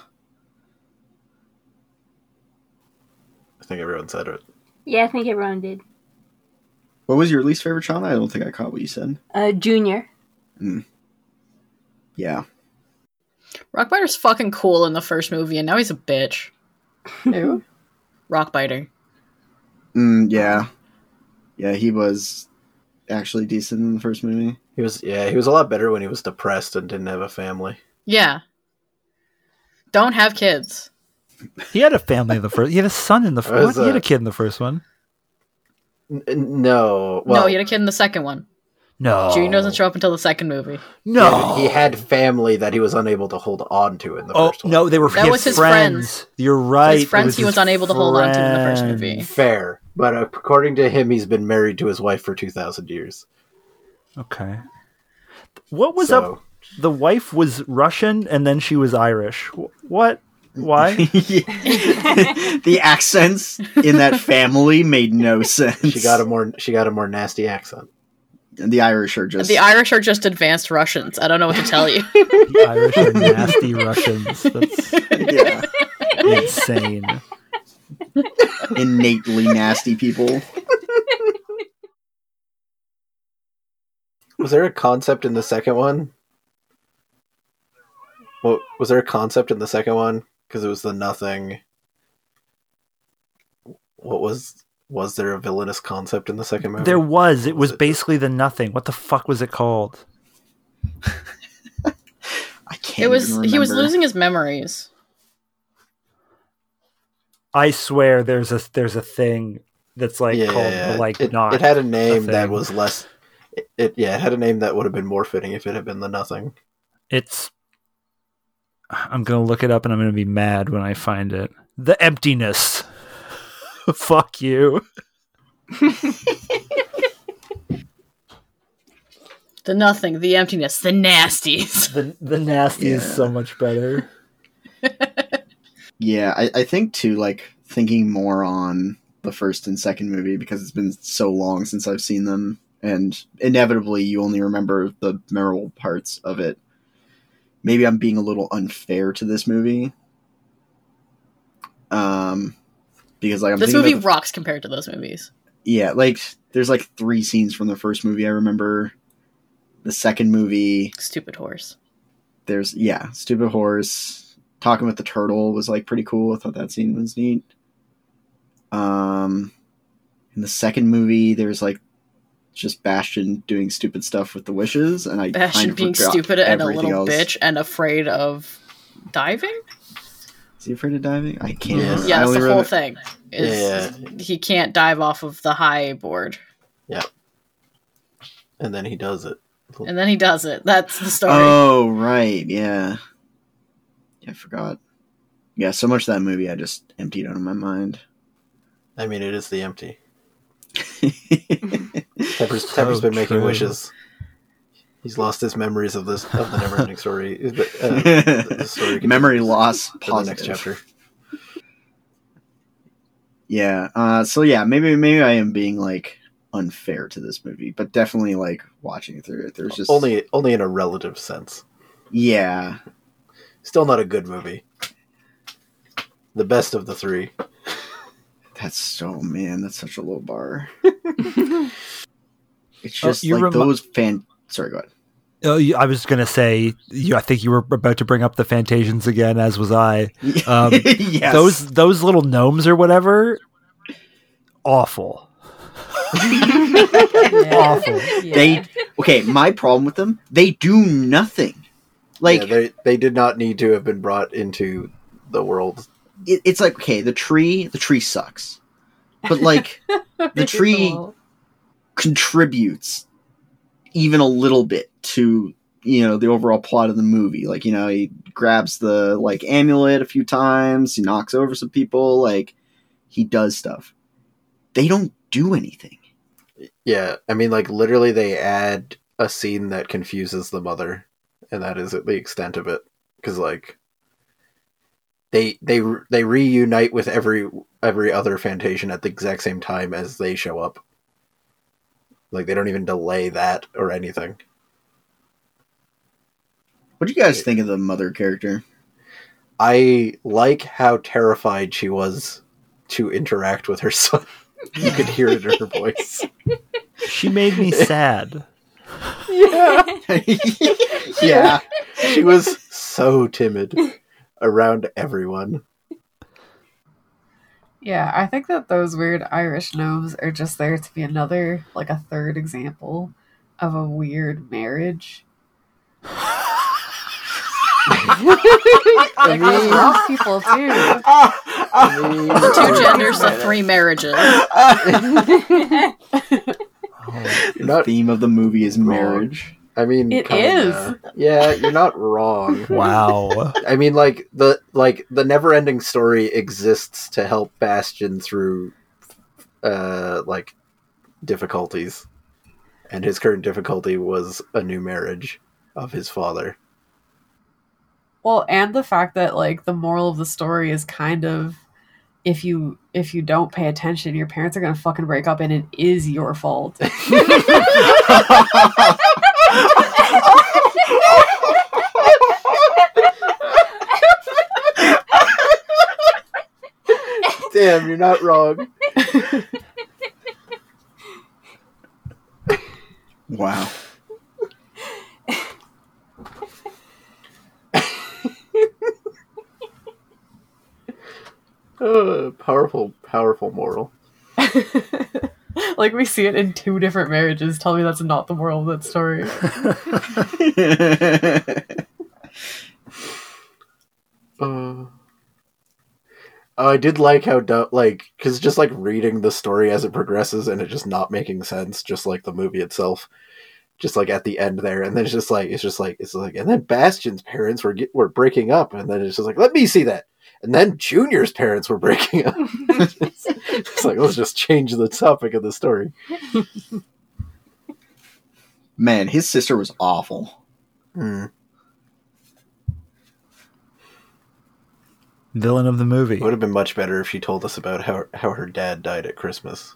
Speaker 1: I think everyone said it.
Speaker 5: Yeah, I think everyone did.
Speaker 6: What was your least favorite, Sean? I don't think I caught what you said.
Speaker 5: Uh, Junior.
Speaker 6: Yeah,
Speaker 3: Rockbiter's fucking cool in the first movie, and now he's a bitch.
Speaker 4: Ew.
Speaker 3: Rockbiter.
Speaker 6: mm, yeah, yeah. He was actually decent in the first movie.
Speaker 1: He was yeah, he was a lot better when he was depressed and didn't have a family.
Speaker 3: Yeah. Don't have kids.
Speaker 2: He had a family in the first. He had a son in the
Speaker 1: What
Speaker 2: first.
Speaker 1: is
Speaker 2: He had a
Speaker 1: that?
Speaker 2: kid in the first one.
Speaker 1: N- n- no, well,
Speaker 3: no, he had a kid in the second one.
Speaker 2: No,
Speaker 6: Oh.
Speaker 3: Junior doesn't show up until the second movie.
Speaker 2: No,
Speaker 1: he had family that he was unable to hold on to in the
Speaker 2: oh
Speaker 1: first one.
Speaker 2: no, they were. he
Speaker 3: That
Speaker 2: had
Speaker 3: was his
Speaker 2: friends. You're right.
Speaker 3: his
Speaker 2: it
Speaker 3: friends he
Speaker 2: his
Speaker 3: was unable to hold on to in the first movie.
Speaker 2: friends.
Speaker 1: fair, but according to him, he's been married to his wife for two thousand years.
Speaker 2: Okay. What was
Speaker 1: so,
Speaker 2: up? The wife was Russian and then she was Irish. Wh- What? Why?
Speaker 6: the accents in that family made no sense.
Speaker 1: She got a more she got a more nasty accent.
Speaker 6: the Irish are just
Speaker 3: The Irish are just advanced Russians. I don't know what to tell you.
Speaker 2: the Irish are nasty Russians. That's
Speaker 6: yeah,
Speaker 2: insane.
Speaker 6: innately nasty people.
Speaker 1: Was there a concept in the second one? Well, was there a concept in the second one? Because it was the nothing. What was was there a villainous concept in the second movie?
Speaker 2: There was. It was basically the nothing. What the fuck was it called?
Speaker 6: I can't.
Speaker 3: it was
Speaker 6: even
Speaker 3: he was
Speaker 6: remember.
Speaker 3: losing his memories.
Speaker 2: I swear, there's a there's a thing that's like
Speaker 1: yeah,
Speaker 2: called
Speaker 1: yeah, yeah.
Speaker 2: the, like
Speaker 1: it,
Speaker 2: not.
Speaker 1: It had a name that
Speaker 2: thing.
Speaker 1: was less. It, it yeah, it had a name that would have been more fitting if it had been the nothing.
Speaker 2: it's. I'm gonna look it up and I'm gonna be mad when I find it. The emptiness. fuck you.
Speaker 3: The nothing, the emptiness, the nasties.
Speaker 2: The the nasty is
Speaker 6: Yeah.
Speaker 2: so much better.
Speaker 6: Yeah, I, I think too, like thinking more on the first and second movie because it's been so long since I've seen them, and inevitably you only remember the memorable parts of it. Maybe I'm being a little unfair to this movie, um, because like I'm
Speaker 3: This
Speaker 6: thinking
Speaker 3: movie
Speaker 6: about the-
Speaker 3: rocks compared to those movies.
Speaker 6: yeah, like there's like three scenes from the first movie I remember. The second movie,
Speaker 3: Stupid horse.
Speaker 6: there's yeah, stupid horse. Talking with the turtle was like pretty cool. I thought that scene was neat. Um, in the second movie, there's like just Bastion doing stupid stuff with the wishes, and I kind
Speaker 3: Bastion
Speaker 6: of
Speaker 3: being
Speaker 6: forgot
Speaker 3: stupid and a
Speaker 6: everything
Speaker 3: little
Speaker 6: else.
Speaker 3: bitch and afraid of diving?
Speaker 6: Is he afraid of diving? I can't.
Speaker 1: Yeah.
Speaker 6: remember. I
Speaker 3: Yeah, that's
Speaker 6: only
Speaker 3: the whole
Speaker 6: remember-
Speaker 3: thing. Is he can't dive off of the high board.
Speaker 1: And then he does it.
Speaker 3: And then he does it. That's the story.
Speaker 6: Oh right, yeah. yeah, I forgot. Yeah, so much of that movie I just emptied out of my mind.
Speaker 1: I mean, it is the empty. Uh, Pepper's,
Speaker 2: So
Speaker 1: Pepper's been making
Speaker 2: true.
Speaker 1: wishes. He's lost his memories of this of the never-ending story. Uh, the story continues
Speaker 6: Memory loss.
Speaker 1: for the
Speaker 6: Positive.
Speaker 1: next chapter.
Speaker 6: Yeah. Uh, so yeah, maybe maybe I am being like unfair to this movie, but definitely like watching through it. There's just
Speaker 1: Only only in a relative sense.
Speaker 6: Yeah.
Speaker 1: Still not a good movie. The best of the three.
Speaker 6: That's so man. That's such a low bar. it's
Speaker 2: Oh,
Speaker 6: just
Speaker 2: you
Speaker 6: like
Speaker 2: remi-
Speaker 6: those fan. Sorry, go ahead.
Speaker 2: Oh, you- I was gonna say, you, I think you were about to bring up the Fantasians again, as was I. Um,
Speaker 6: yes.
Speaker 2: Those those little gnomes or whatever, awful, awful.
Speaker 6: They okay. My problem with them. They do nothing. Like
Speaker 1: yeah, they they did not need to have been brought into the world.
Speaker 6: it, it's like okay. The tree. The tree sucks. But like the tree contributes even a little bit to you know the overall plot of the movie like you know he grabs the like amulet a few times he knocks over some people like he does stuff they don't do anything
Speaker 1: Yeah, I mean, like literally, they add a scene that confuses the mother, and that is the extent of it. Because like they they they reunite with every every other Fantasian at the exact same time as they show up. Like they don't even delay that or anything.
Speaker 6: what do you guys think of the mother character
Speaker 1: I like how terrified she was to interact with her son. You could hear it in her voice.
Speaker 2: She made me sad.
Speaker 4: Yeah.
Speaker 6: yeah
Speaker 1: she was so timid around everyone.
Speaker 4: Yeah, I think that those weird Irish gnomes are just there to be another, like a third example of a weird marriage. like those rough people too.
Speaker 3: The two genders, the three marriages.
Speaker 2: Oh,
Speaker 1: You're
Speaker 6: the
Speaker 1: not,
Speaker 6: theme of the movie is marriage
Speaker 1: I mean,
Speaker 4: It
Speaker 1: kinda. Yeah, you're not wrong.
Speaker 2: wow.
Speaker 1: I mean, like the like the never-ending story exists to help Bastion through, uh, like difficulties, and his current difficulty was a new marriage of his father.
Speaker 4: Well, and the fact that like the moral of the story is kind of if you if you don't pay attention, your parents are gonna fucking break up and it is your fault.
Speaker 1: Damn, you're not wrong.
Speaker 6: wow
Speaker 1: Uh, powerful, powerful moral.
Speaker 4: like we see it in two different marriages. Tell me that's not the moral of that story.
Speaker 1: Uh, oh, I did like how du- like because just like reading the story as it progresses and it just not making sense, just like the movie itself. Just like at the end there, and then it's just like it's just like it's like, and then Bastion's parents were get, were breaking up, and then it's just like let me see that, and then Junior's parents were breaking up. it's like let's just change the topic of the story.
Speaker 6: man his sister was awful
Speaker 1: Hmm.
Speaker 2: Villain of the movie.
Speaker 1: It would have been much better if she told us about how how her dad died at Christmas.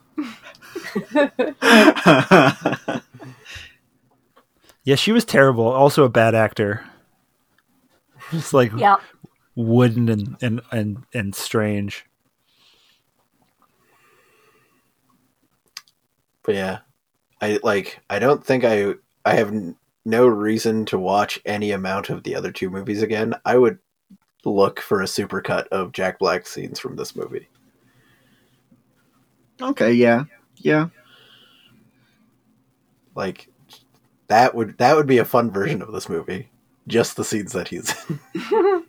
Speaker 2: Yeah, she was terrible. Also a bad actor. Just like
Speaker 5: Yeah.
Speaker 2: wooden and and and, and strange.
Speaker 1: but yeah i like i don't think i i have n- no reason to watch any amount of the other two movies again i would look for a supercut of jack black scenes from this movie
Speaker 6: okay yeah yeah
Speaker 1: like that would that would be a fun version of this movie just the scenes that he's in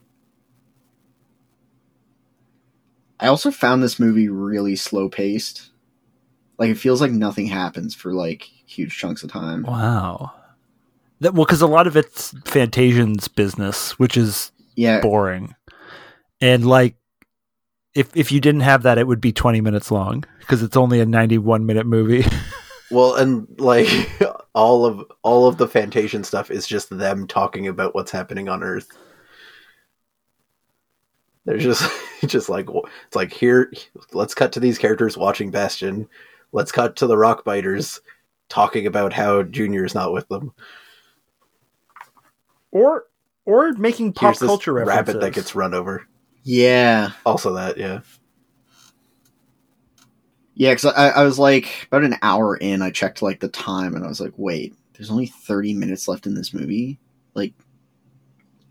Speaker 6: I also found this movie really slow paced. Like it feels like nothing happens for like huge chunks of time.
Speaker 2: Wow. That well, because a lot of it's Fantasian's business, which is
Speaker 6: Yeah,
Speaker 2: boring, and like if if you didn't have that, it would be twenty minutes long because it's only a ninety-one minute movie.
Speaker 1: well and like all of all of the fantasian stuff is just them talking about what's happening on earth they're just just like w- it's like here let's cut to these characters watching bastion let's cut to the rock biters talking about how junior is not with them
Speaker 2: or or making pop
Speaker 1: Here's this
Speaker 2: culture references.
Speaker 1: rabbit that gets run over.
Speaker 6: Yeah.
Speaker 1: Also that, yeah.
Speaker 6: Yeah, because I, I was like, about an hour in, I checked like the time and I was like, wait, there's only 30 minutes left in this movie? Like,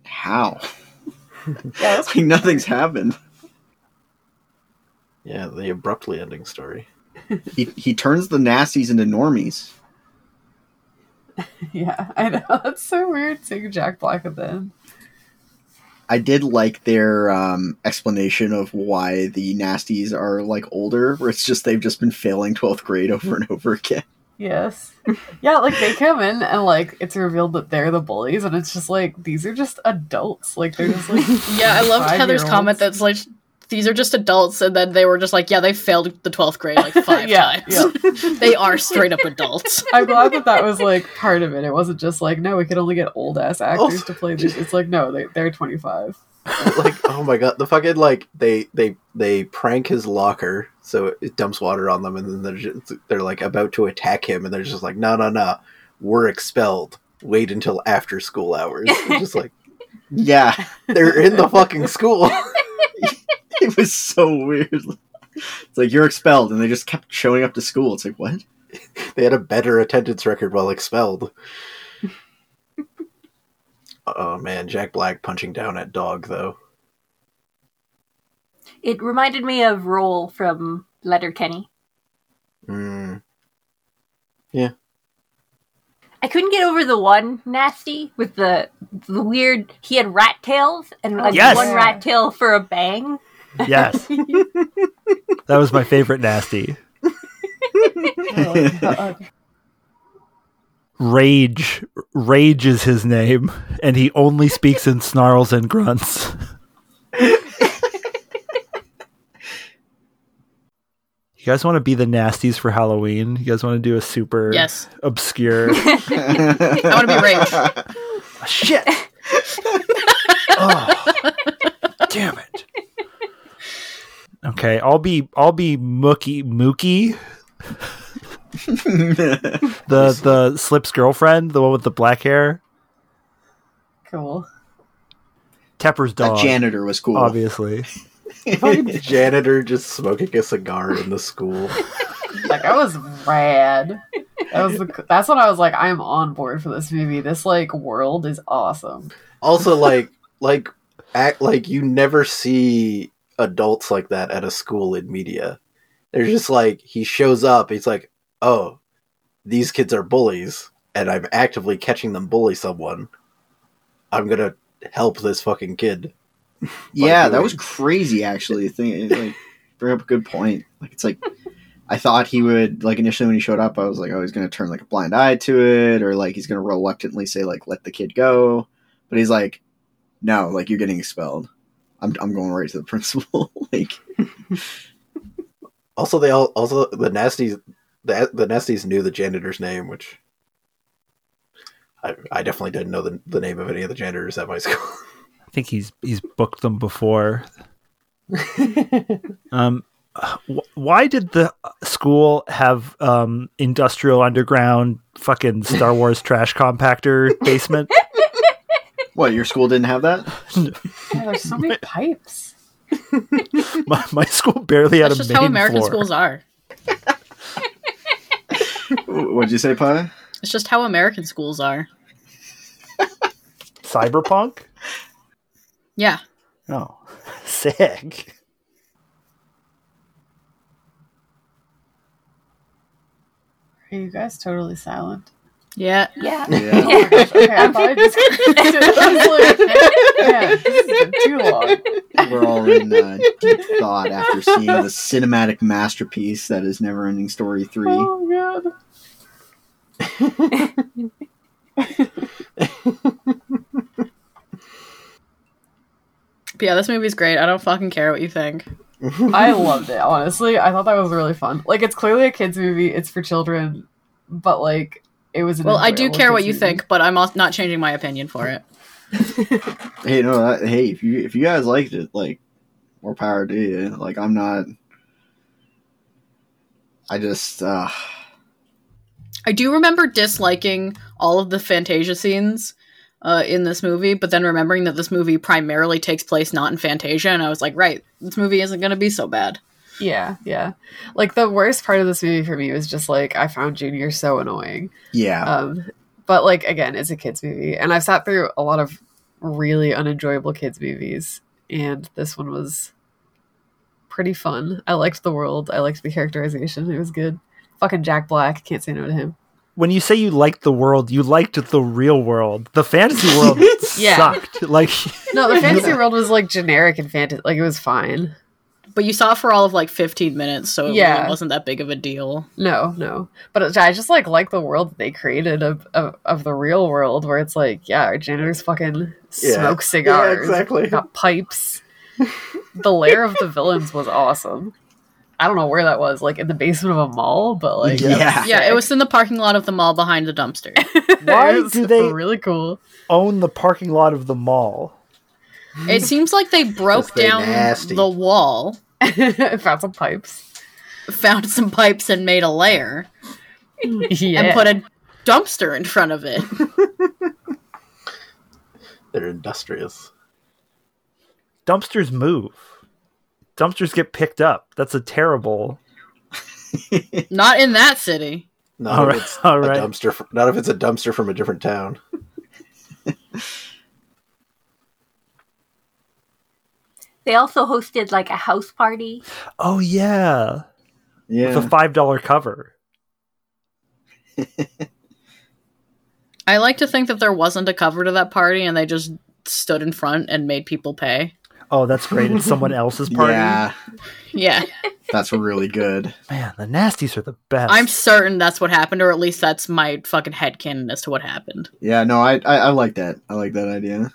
Speaker 6: how?
Speaker 4: Yeah, that's
Speaker 6: It's like nothing's happened.
Speaker 1: Yeah, the abruptly ending story.
Speaker 6: He, he turns the nasties into normies.
Speaker 4: Yeah, I know. It's so weird seeing Jack Black at the end.
Speaker 6: I did like their um, explanation of why the nasties are like older, where it's just they've just been failing 12th grade over and over again.
Speaker 4: Yes. Yeah, like they come in and like it's revealed that they're the bullies, and it's just like these are just adults. Like they're just like
Speaker 3: Yeah, I loved Heather's
Speaker 4: five-year-olds.
Speaker 3: comment that's like these are just adults, and then they were just like, yeah, they failed the twelfth grade like five
Speaker 4: Yeah,
Speaker 3: times. they are straight up adults.
Speaker 4: I'm glad that that was like part of it. It wasn't just like no, we could only get old ass actors to play these. It's like no, they, they're 25.
Speaker 1: like, oh my god, the fucking like they they they prank his locker, so it dumps water on them, and then they're just, they're like about to attack him, and they're just like, no, no, no, we're expelled. Wait until after school hours. It's just like
Speaker 6: Yeah,
Speaker 1: they're in the fucking school.
Speaker 6: it was so weird. It's like you're expelled, and they just kept showing up to school. It's like what?
Speaker 1: they had a better attendance record while expelled. oh man, Jack Black punching down at dog though.
Speaker 5: It reminded me of Roll from Letterkenny.
Speaker 1: Mm,
Speaker 5: I couldn't get over the one nasty with the the weird. He had rat tails and like
Speaker 2: Yes.
Speaker 5: one rat tail for a bang.
Speaker 2: Yes, that was my favorite nasty.
Speaker 4: Uh,
Speaker 2: Rage, Rage is his name, and he only speaks in snarls and grunts. you guys want to be the nasties for Halloween? You guys want to do a super
Speaker 3: Yes,
Speaker 2: obscure
Speaker 3: I want to be rage.
Speaker 2: shit? oh, damn it! Okay, I'll be I'll be Mookie Mookie. the the Slip's girlfriend, the one with the black hair,
Speaker 4: Cool.
Speaker 2: Tepper's
Speaker 6: That
Speaker 2: dog, Oh,
Speaker 6: janitor was cool.
Speaker 2: obviously.
Speaker 1: janitor just smoking a cigar in the school.
Speaker 4: Like I was rad. That was the, that's when I was like, I'm on board for this movie. This like world is awesome.
Speaker 1: also like like act like you never see adults like that at a school in media they're just like he shows up he's like oh these kids are bullies and i'm actively catching them bully someone i'm gonna help this fucking kid
Speaker 6: Yeah,
Speaker 1: Like,
Speaker 6: that was crazy. Actually, thing like bring up a good point. Like it's like I thought he would like initially when he showed up, I was like, oh, he's gonna turn like a blind eye to it, or like he's gonna reluctantly say like let the kid go. But he's like, no, like you're getting expelled. I'm I'm going right to the principal. like
Speaker 1: also they all also the nasties the, the nasties knew the janitor's name which I, I definitely didn't know the, the name of any of the janitors at my school
Speaker 2: I think he's he's booked them before. um, wh- why did the school have um industrial underground fucking Star Wars trash compactor basement?
Speaker 6: what? Your school didn't have that?
Speaker 4: Yeah, there's so many pipes.
Speaker 2: my, my school barely had
Speaker 3: That's
Speaker 2: a
Speaker 3: just
Speaker 2: main
Speaker 3: how American
Speaker 2: floor.
Speaker 3: schools are.
Speaker 6: What'd you say, Pi?
Speaker 3: It's just how American schools are.
Speaker 2: Cyberpunk.
Speaker 3: Yeah,
Speaker 2: Oh, sick.
Speaker 4: Are you guys totally silent?
Speaker 3: yeah.
Speaker 5: Yeah.
Speaker 6: Yeah.
Speaker 4: Oh my gosh, okay, I thought I just I was like, yeah, this is too long.
Speaker 6: We're all in uh, deep thought after seeing the cinematic masterpiece that is Never Ending Story 3.
Speaker 4: Oh my god.
Speaker 3: But yeah, this movie's great. I don't fucking care what you think.
Speaker 4: I loved it, honestly. I thought that was really fun. Like, it's clearly a kids' movie, it's for children, but like, it was an
Speaker 3: Well, I do
Speaker 4: enjoyable
Speaker 3: care what
Speaker 4: kids'
Speaker 3: you
Speaker 4: movie.
Speaker 3: think, but I'm al- not changing my opinion for it.
Speaker 6: Hey, no, that, hey, if you if you guys liked it, like, more power to you. Like, I'm not. I just uh,
Speaker 3: I do remember disliking all of the Fantasia scenes, uh, in this movie, but then remembering that this movie primarily takes place not in Fantasia, and I was like, right, this movie isn't going to be so bad.
Speaker 4: Yeah, yeah. Like the worst part of this movie for me was just like I found Junior so annoying.
Speaker 6: Yeah.
Speaker 4: Um, but like again, it's a kids movie, and I've sat through a lot of really unenjoyable kids movies, and this one was pretty fun. I liked the world. I liked the characterization. It was good. Fucking Jack Black. Can't say no to him.
Speaker 2: When you say you liked the world, you liked the real world. The fantasy world
Speaker 4: Yeah.
Speaker 2: sucked. Like
Speaker 4: No, the fantasy world was like generic and fantasy. Like it was fine.
Speaker 3: But you saw it for all of like 15 minutes, so it
Speaker 4: Yeah.
Speaker 3: really wasn't that big of a deal.
Speaker 4: No, no. But it- I just like like the world that they created of, of of the real world where it's like, yeah, our janitors fucking
Speaker 1: Yeah.
Speaker 4: smoke cigars.
Speaker 1: Yeah, exactly.
Speaker 4: Got pipes. the lair of the villains was awesome. I don't know where that was, like in the basement of a mall, but like
Speaker 6: Yeah.
Speaker 4: that
Speaker 3: Yeah,
Speaker 4: sick.
Speaker 3: it was in the parking lot of the mall behind the dumpster.
Speaker 2: why
Speaker 4: was
Speaker 2: do they
Speaker 4: really cool.
Speaker 2: own the parking lot of the mall?
Speaker 3: it seems like they broke
Speaker 1: 'Cause they
Speaker 3: down
Speaker 1: nasty.
Speaker 3: the wall,
Speaker 4: Found some pipes.
Speaker 3: found some pipes, and made a lair,
Speaker 4: Yeah.
Speaker 3: and put a dumpster in front of it.
Speaker 1: They're industrious.
Speaker 2: Dumpsters move. Dumpsters get picked up. That's a terrible.
Speaker 3: Not in that city.
Speaker 6: Oh,
Speaker 1: Not
Speaker 2: All
Speaker 1: if
Speaker 2: right,
Speaker 1: it's
Speaker 2: all
Speaker 1: a
Speaker 2: right.
Speaker 1: dumpster. From, not if it's a dumpster from a different town.
Speaker 5: They also hosted like a house party.
Speaker 2: Oh yeah,
Speaker 6: yeah.
Speaker 2: it's a five dollar cover.
Speaker 3: I like to think that there wasn't a cover to that party, and they just stood in front and made people pay.
Speaker 2: Oh, that's great. It's someone else's party.
Speaker 6: Yeah.
Speaker 3: Yeah,
Speaker 6: That's really good.
Speaker 2: Man, the nasties are the best.
Speaker 3: I'm certain that's what happened, or at least that's my fucking headcanon as to what happened.
Speaker 6: Yeah, no, I, I I like that. I like that idea.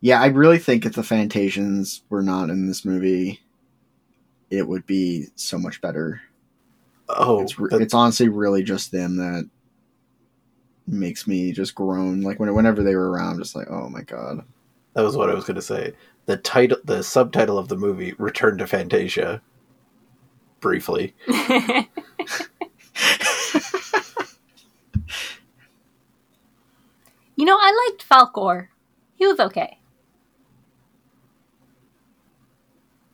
Speaker 6: Yeah, I really think if the Fantasians were not in this movie, it would be so much better.
Speaker 1: Oh,
Speaker 6: it's re-
Speaker 1: that-
Speaker 6: it's honestly really just them that makes me just groan. Like when, whenever they were around, I'm just like, oh my god.
Speaker 1: that was what I was going to say. The title, the subtitle of the movie, "Return to Fantasia." Briefly,
Speaker 5: You know, I liked Falcor. He was okay.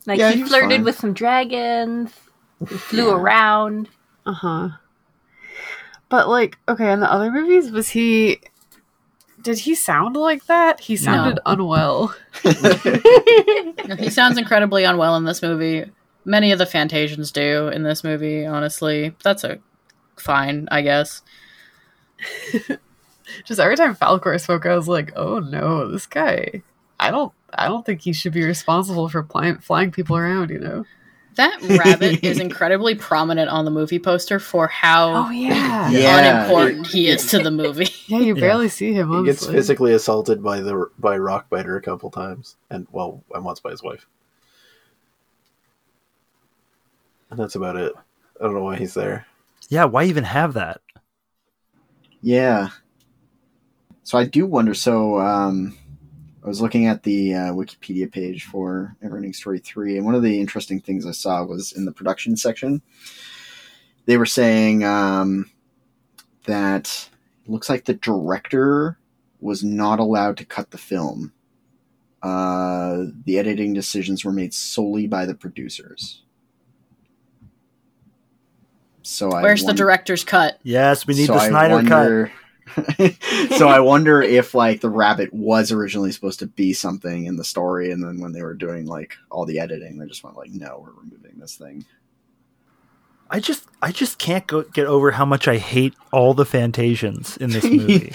Speaker 5: Like
Speaker 6: Yeah,
Speaker 5: he,
Speaker 6: he was
Speaker 5: flirted
Speaker 6: fine.
Speaker 5: with some dragons. He flew around.
Speaker 4: Uh huh. But like, okay, in the other movies, was he? Did he sound like that? He sounded unwell.
Speaker 3: He sounds incredibly unwell in this movie. Many of the Fantasians do in this movie, honestly. That's a fine, I guess.
Speaker 4: Just every time Falcor spoke, I was like, oh no, this guy. I don't. I don't think he should be responsible for flying, flying people around. You know.
Speaker 3: That rabbit is incredibly prominent on the movie poster for how
Speaker 4: Oh, yeah.
Speaker 6: Yeah.
Speaker 3: unimportant he is to the movie.
Speaker 4: Yeah, you
Speaker 2: Yeah.
Speaker 4: barely see him.
Speaker 1: he
Speaker 4: Honestly.
Speaker 1: gets physically assaulted by the by Rockbiter a couple times, and well, and once by his wife. And that's about it. I don't know why he's there.
Speaker 2: yeah, why even have that?
Speaker 6: Yeah. So I do wonder. So um, I was looking at the uh, Wikipedia page for Neverending Story three, and one of the interesting things I saw was in the production section. They were saying um, that it looks like the director was not allowed to cut the film. Uh, the editing decisions were made solely by the producers. So I
Speaker 3: Where's the
Speaker 6: wonder-
Speaker 3: director's cut?
Speaker 2: Yes, we need the
Speaker 6: I
Speaker 2: Snyder cut.
Speaker 6: wonder- so I wonder if like the rabbit was originally supposed to be something in the story, and then when they were doing like all the editing, they just went like, "No, we're removing this thing."
Speaker 2: I just, I just can't go, get over how much I hate all the Fantasians in this movie.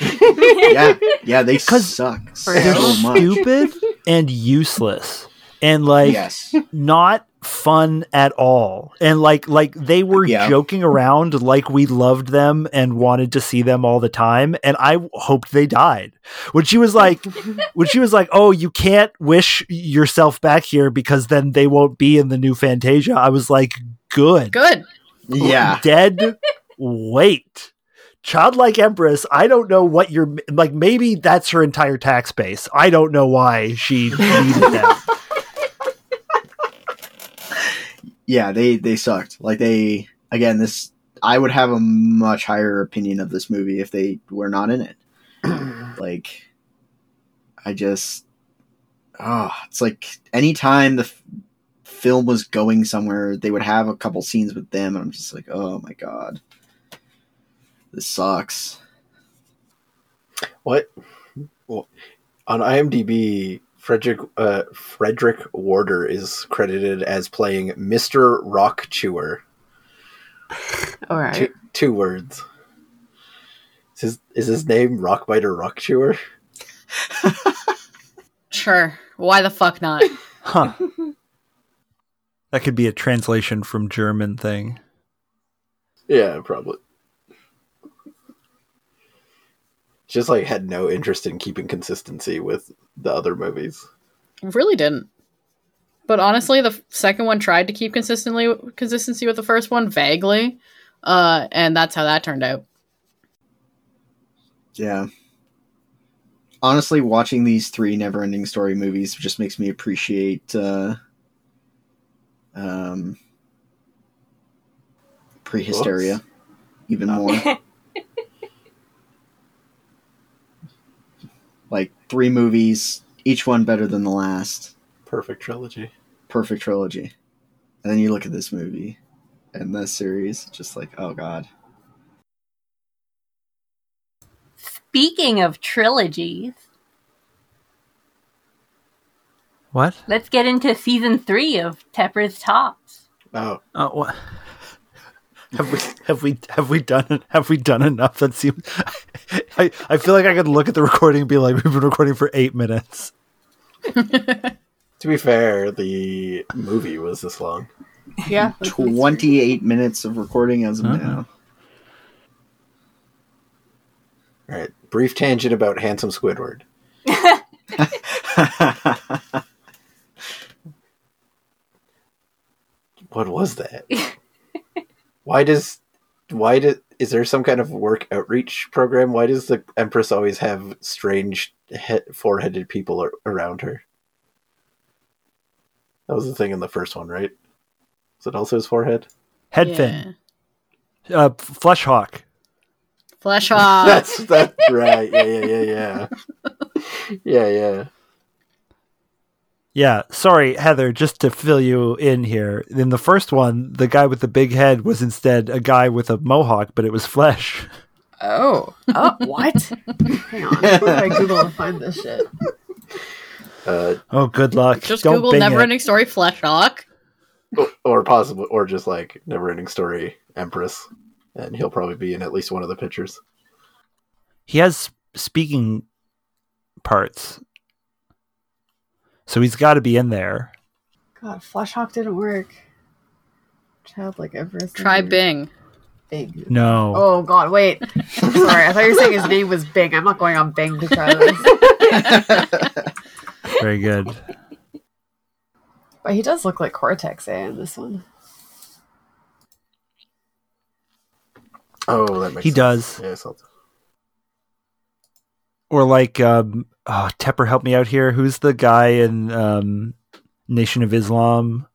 Speaker 6: yeah, yeah, they
Speaker 2: 'Cause
Speaker 6: suck
Speaker 2: They're
Speaker 6: so much.
Speaker 2: stupid and useless, and like
Speaker 6: Yes,
Speaker 2: not fun at all. And like, like they were
Speaker 6: Yeah.
Speaker 2: joking around like we loved them and wanted to see them all the time. And I hoped they died. When she was like, when she was like, "Oh, you can't wish yourself back here because then they won't be in the new Fantasia." I was like, "Good."
Speaker 3: Good.
Speaker 6: yeah,
Speaker 2: dead weight. Childlike Empress, I don't know what you're like. Maybe that's her entire tax base. I don't know why she needed that.
Speaker 6: yeah, they they sucked. Like they again, this I would have a much higher opinion of this movie if they were not in it. Like, I just, ah, it's like anytime the f- film was going somewhere, they would have a couple scenes with them, and I'm just like, oh my god, this sucks.
Speaker 1: What? Well, on IMDb, Frederick uh, Frederick Warder is credited as playing Mister Rock Chewer.
Speaker 4: All right.
Speaker 1: Two, two words. Is his, is his name Rockbiter Rock Chewer?
Speaker 3: Sure. Why the fuck not?
Speaker 2: Huh. that could be a translation from German thing.
Speaker 1: Yeah, probably. Just like had no interest in keeping consistency with the other movies.
Speaker 3: really didn't. But honestly, the f- second one tried to keep consistently consistency with the first one vaguely, uh, and that's how that turned out.
Speaker 6: Yeah. Honestly, watching these three never ending story movies just makes me appreciate uh um prehysteria
Speaker 1: Whoops.
Speaker 6: even more. like three movies, each one better than the last.
Speaker 1: Perfect trilogy.
Speaker 6: Perfect trilogy. And then you look at this movie and this series, just like, oh god.
Speaker 5: Speaking of trilogies,
Speaker 2: What?
Speaker 5: let's get into season three of Tepper's Tops.
Speaker 1: Oh,
Speaker 2: Uh, what? Have we have we have we done have we done enough? That seems. I I feel like I could look at the recording and be like, we've been recording for eight minutes.
Speaker 1: to be fair, the movie was this long.
Speaker 4: Yeah.
Speaker 6: Twenty eight minutes of recording as of
Speaker 2: Uh-uh.
Speaker 6: now.
Speaker 1: All right, brief tangent about handsome Squidward. what was that? why does why did is there some kind of work outreach program? Why does the Empress always have strange he- four-headed people ar- around her? That was the thing in the first one, right? Is it also his forehead?
Speaker 2: Head
Speaker 3: Yeah.
Speaker 2: fin, uh, f- flesh hawk.
Speaker 3: Flesh Hawk.
Speaker 1: That's that's right. Yeah, yeah, yeah, yeah. Yeah, yeah.
Speaker 2: Yeah, sorry, Heather. Just to fill you in here, in the first one, the guy with the big head was instead a guy with a mohawk, but it was flesh.
Speaker 4: Oh. Oh, what? Hang on. Where do I Google to find this shit?
Speaker 1: Uh,
Speaker 2: Oh, good luck.
Speaker 3: Just
Speaker 2: Don't
Speaker 3: Google
Speaker 2: Bing
Speaker 3: never
Speaker 2: it.
Speaker 3: ending story Flesh Hawk.
Speaker 1: or, or possibly, or just like never ending story Empress, and he'll probably be in at least one of the pictures.
Speaker 2: He has speaking parts, so he's got to be in there.
Speaker 4: God, Flash Hawk didn't work. Childlike Everest.
Speaker 3: Try Bing.
Speaker 4: Bing.
Speaker 2: No.
Speaker 4: Oh God, wait. I'm sorry, I thought you were saying his name was Bing. I'm not going on Bing to try this.
Speaker 6: Oh.
Speaker 2: Very good.
Speaker 4: But he does look like Cortex A in this one.
Speaker 1: Oh, that makes
Speaker 2: He
Speaker 1: sense.
Speaker 2: does.
Speaker 1: Yeah, so-
Speaker 2: Or like um oh, Tepper help me out here. Who's the guy in um Nation of Islam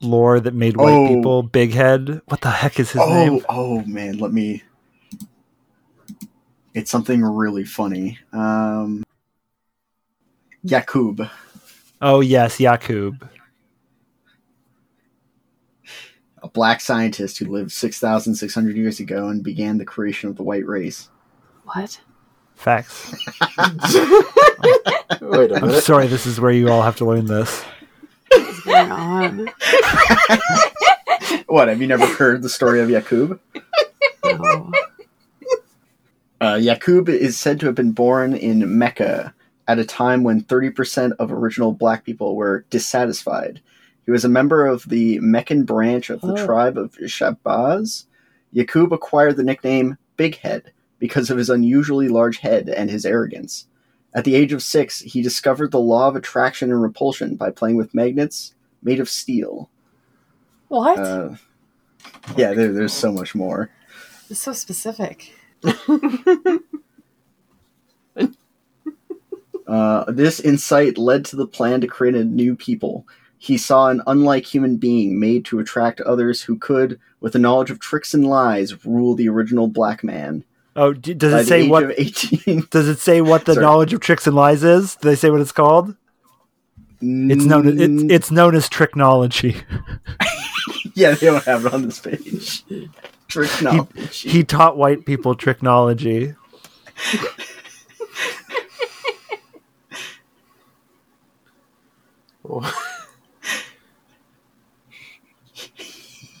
Speaker 2: lore that made white
Speaker 6: Oh.
Speaker 2: people big head? What the heck is his
Speaker 6: oh,
Speaker 2: name?
Speaker 6: oh man, let me. It's something really funny. Um, Yakub.
Speaker 2: Oh yes, Yakub.
Speaker 6: a black scientist who lived 6,600 years ago and began the creation of the white race.
Speaker 4: What?
Speaker 2: Facts.
Speaker 1: Wait a
Speaker 2: I'm
Speaker 1: minute.
Speaker 2: sorry this is where you all have to learn this.
Speaker 4: What's going on?
Speaker 6: What, have you never heard the story of Yakub?
Speaker 4: No.
Speaker 6: Uh, Yakub is said to have been born in Mecca at a time when 30% of original black people were dissatisfied. He was a member of the Meccan branch of the
Speaker 4: Oh.
Speaker 6: tribe of Shabazz. Yakub acquired the nickname Big Head because of his unusually large head and his arrogance. At the age of six, he discovered the law of attraction and repulsion by playing with magnets made of steel.
Speaker 4: What?
Speaker 6: Uh, yeah, there, there's so much more.
Speaker 4: it's so specific.
Speaker 6: Uh, this insight led to the plan to create a new people. He saw an unlike human being made to attract others who could, with the knowledge of tricks and lies, rule the original black man.
Speaker 2: Oh, d- does
Speaker 6: By
Speaker 2: it
Speaker 6: the
Speaker 2: say
Speaker 6: age
Speaker 2: what?
Speaker 6: of 18.
Speaker 2: Does it say what the
Speaker 6: Sorry.
Speaker 2: knowledge of tricks and lies is? Do they say what it's called? It's known. It's
Speaker 6: Mm,
Speaker 2: it's known as tricknology.
Speaker 6: Yeah, they don't have it on this page. Trick knowledge.
Speaker 2: He taught white people tricknology.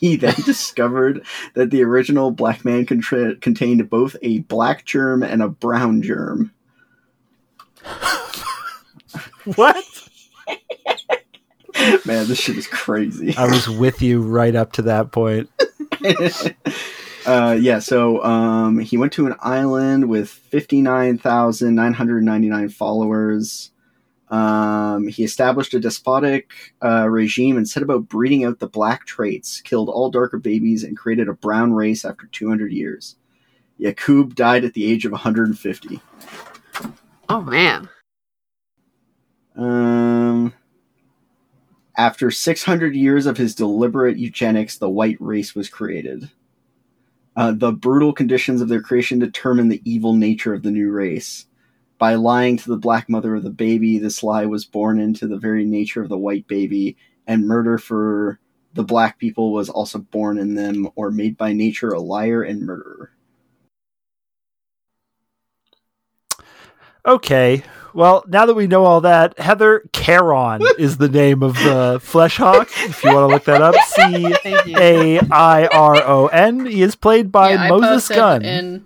Speaker 6: He then discovered that the original black man contra- contained both a black germ and a brown germ.
Speaker 2: What?
Speaker 6: Man, this shit is crazy.
Speaker 2: I was with you right up to that point.
Speaker 6: Uh, yeah, so um, he went to an island with 59,999 followers. Um, he established a despotic uh, regime and set about breeding out the black traits, killed all darker babies, and created a brown race after 200 years. Yakub died at the age of 150.
Speaker 4: Oh man.
Speaker 6: Um, after 600 years of his deliberate eugenics, the white race was created. Uh, the brutal conditions of their creation determined the evil nature of the new race. By lying to the black mother of the baby, this lie was born into the very nature of the white baby, and murder for the black people was also born in them, or made by nature a liar and murderer.
Speaker 2: Okay. Well, now that we know all that, Heather Caron is the name of the flesh hawk. If you want to look that up, C
Speaker 4: Thank you.
Speaker 2: A I R O N. He is played by
Speaker 3: Yeah, I
Speaker 2: Moses
Speaker 3: posted
Speaker 2: Gunn.
Speaker 3: in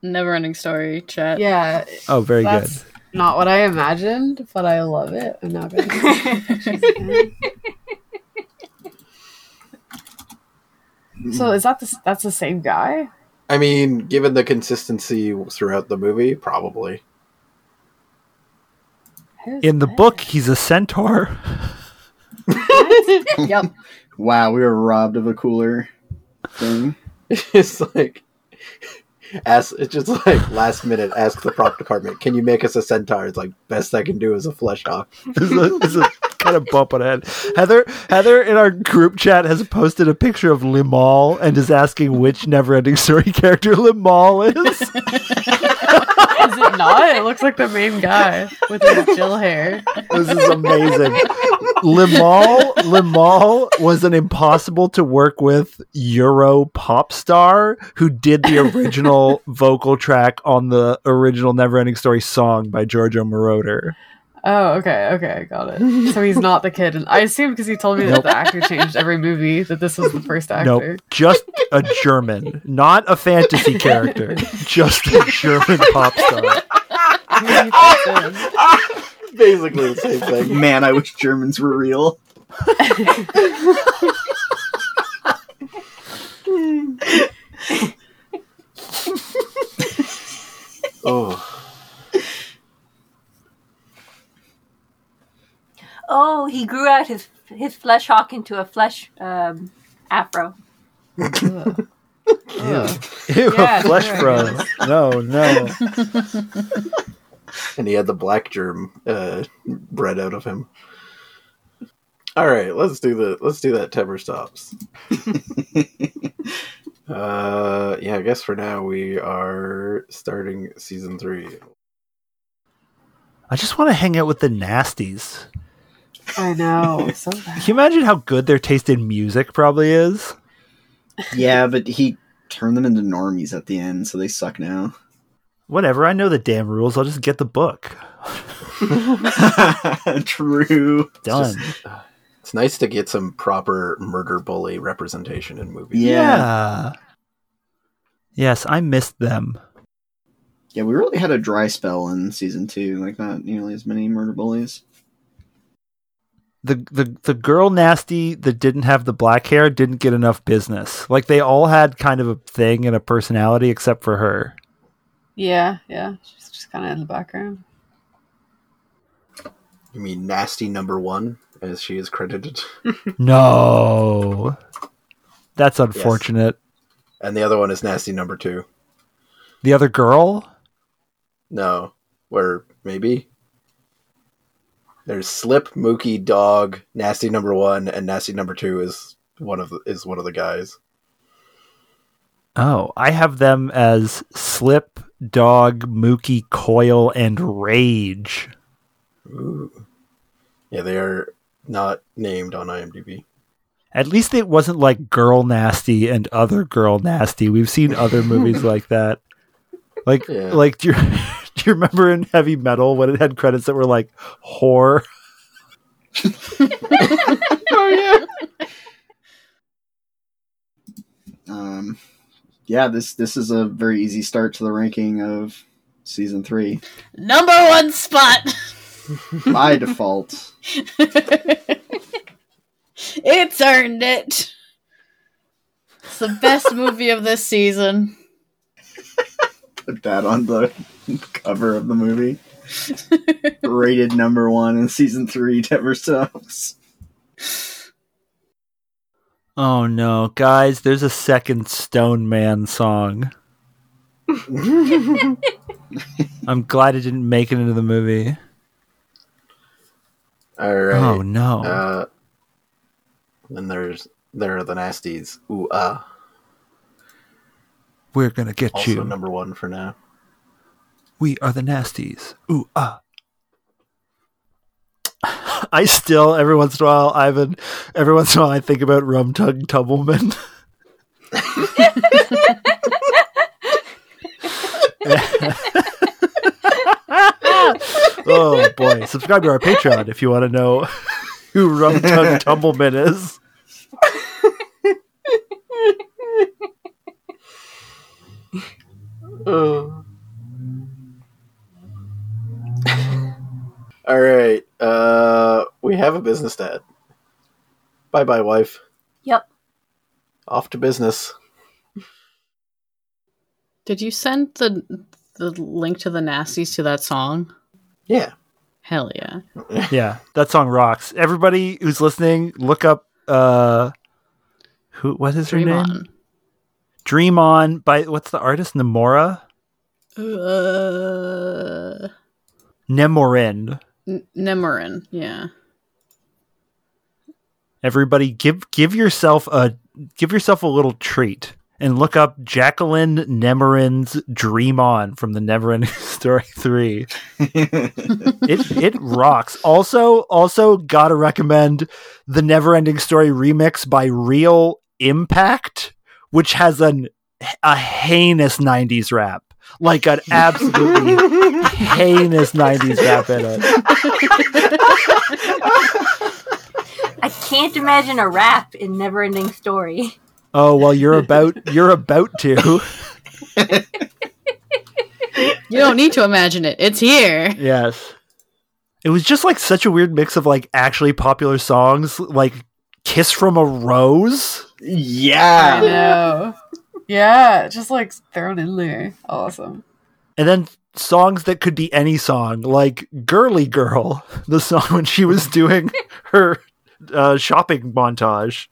Speaker 3: Never Ending Story chat.
Speaker 4: Yeah,
Speaker 2: oh, very good.
Speaker 4: that's not what I imagined, but I love it. I'm not gonna- so is that the s- that's the same guy?
Speaker 1: I mean, given the consistency throughout the movie, probably.
Speaker 4: Who's
Speaker 2: In the
Speaker 4: that?
Speaker 2: book, he's a centaur.
Speaker 4: Yep.
Speaker 6: Wow, we were robbed of a cooler thing.
Speaker 1: It's like ask. It's just like last minute. Ask the prop department. Can you make us a centaur? It's like best I can do is a flesh hawk.
Speaker 2: This is a, this is a kind of bump on the head. Heather, Heather in our group chat has posted a picture of Limal and is asking which never-ending story character Limal is.
Speaker 4: Is it not? It looks like the main guy with his Jill hair.
Speaker 2: This is amazing. Limal Limal was an impossible to work with Euro pop star who did the original vocal track on the original Neverending Story song by Giorgio Moroder.
Speaker 4: Oh, okay, okay, I got it. So he's not the kid. And I assume because he told me that
Speaker 2: Nope.
Speaker 4: the actor changed every movie that this was the first actor.
Speaker 2: Nope, just a German, not a fantasy character, just a German pop star.
Speaker 1: Basically the same thing.
Speaker 6: Man, I wish Germans were real.
Speaker 1: Oh,
Speaker 5: oh, he grew out his his flesh hawk into a flesh um, afro.
Speaker 2: Ew,
Speaker 4: Yeah,
Speaker 2: a flesh
Speaker 4: sure, I
Speaker 2: bro. No, no.
Speaker 1: and he had the black germ uh, bred out of him. All right, let's do the let's do that. Temper stops. uh, yeah, I guess for now we are starting season three.
Speaker 2: I just want to hang out with the nasties.
Speaker 4: I know. So bad.
Speaker 2: Can you imagine how good their taste in music probably is?
Speaker 6: Yeah, but he turned them into normies at the end, so they suck now.
Speaker 2: Whatever, I know the damn rules. I'll just get the book.
Speaker 6: True.
Speaker 2: Done.
Speaker 1: It's nice to get some proper murder bully representation in movies.
Speaker 6: Yeah.
Speaker 2: yeah. Yes, I missed them.
Speaker 6: Yeah, we really had a dry spell in season two, like not nearly as many murder bullies.
Speaker 2: The, the the girl nasty that didn't have the black hair didn't get enough business. Like they all had kind of a thing and a personality except for her.
Speaker 4: Yeah, yeah. She's just kind of in the background.
Speaker 1: You mean nasty number one, as she is credited,
Speaker 2: No. That's unfortunate.
Speaker 1: and the other one is nasty number two.
Speaker 2: The other girl?
Speaker 1: No, or maybe there's slip, Mookie, dog, nasty number one, and nasty number two is one of the, is one of the guys.
Speaker 2: Oh, I have them as Slip, Dog, Mookie, Coil, and Rage.
Speaker 1: Yeah, they are not named on IMDb.
Speaker 2: At least it wasn't like Girl Nasty and Other Girl Nasty. We've seen other movies like that. Like,
Speaker 1: Yeah.
Speaker 2: like do you, do you remember in Heavy Metal when it had credits that were like whore?
Speaker 6: Um, yeah, this this is a very easy start to the ranking of season three
Speaker 3: Number one spot.
Speaker 6: by default.
Speaker 3: it's earned it. It's the best movie of this season.
Speaker 6: Put that on the cover of the movie. Rated number one in season three. Never stops.
Speaker 2: Oh no, guys! There's a second Stone Man song. I'm glad it didn't make it into the movie.
Speaker 1: All right.
Speaker 2: Oh no.
Speaker 1: Uh, then there's there are the nasties. Ooh ah,
Speaker 2: We're gonna get
Speaker 1: also
Speaker 2: you.
Speaker 1: number one for now.
Speaker 2: we are the nasties. Ooh ah. I still every once in a while, Ivan. Every once in a while, I think about Rum Tug Tumbleman. oh boy! Subscribe to our Patreon if you want to know who Rum Tug Tumbleman is.
Speaker 1: All right. Uh, we have a business dad. Bye bye, wife.
Speaker 5: Yep.
Speaker 1: Off to business.
Speaker 3: Did you send the the link to the nasties to that song?
Speaker 1: Yeah.
Speaker 3: Hell yeah.
Speaker 2: Yeah, that song rocks. Everybody who's listening, look up uh who what is
Speaker 3: Dream
Speaker 2: her name?
Speaker 3: on.
Speaker 2: Dream On by what's the artist? Nemora?
Speaker 3: Uh,
Speaker 2: Nemorin.
Speaker 3: N- Nemorin, yeah.
Speaker 2: Everybody give give yourself a give yourself a little treat and look up Jacqueline Nemorin's Dream On from the Neverending Story 3. it it rocks. Also, also gotta recommend the Neverending Story remix by Real Impact, which has an a heinous '90s rap, like an absolutely heinous '90s rap in it.
Speaker 5: I can't imagine a rap in Never Ending Story.
Speaker 2: Oh well, you're about you're about to.
Speaker 3: You don't need to imagine it. It's here.
Speaker 2: Yes. It was just like such a weird mix of like actually popular songs, like "Kiss from a Rose."
Speaker 6: Yeah.
Speaker 4: I know. Yeah, just like thrown in there. Awesome.
Speaker 2: and then songs that could be any song, like "Girly Girl," the song when she was doing her uh, shopping montage.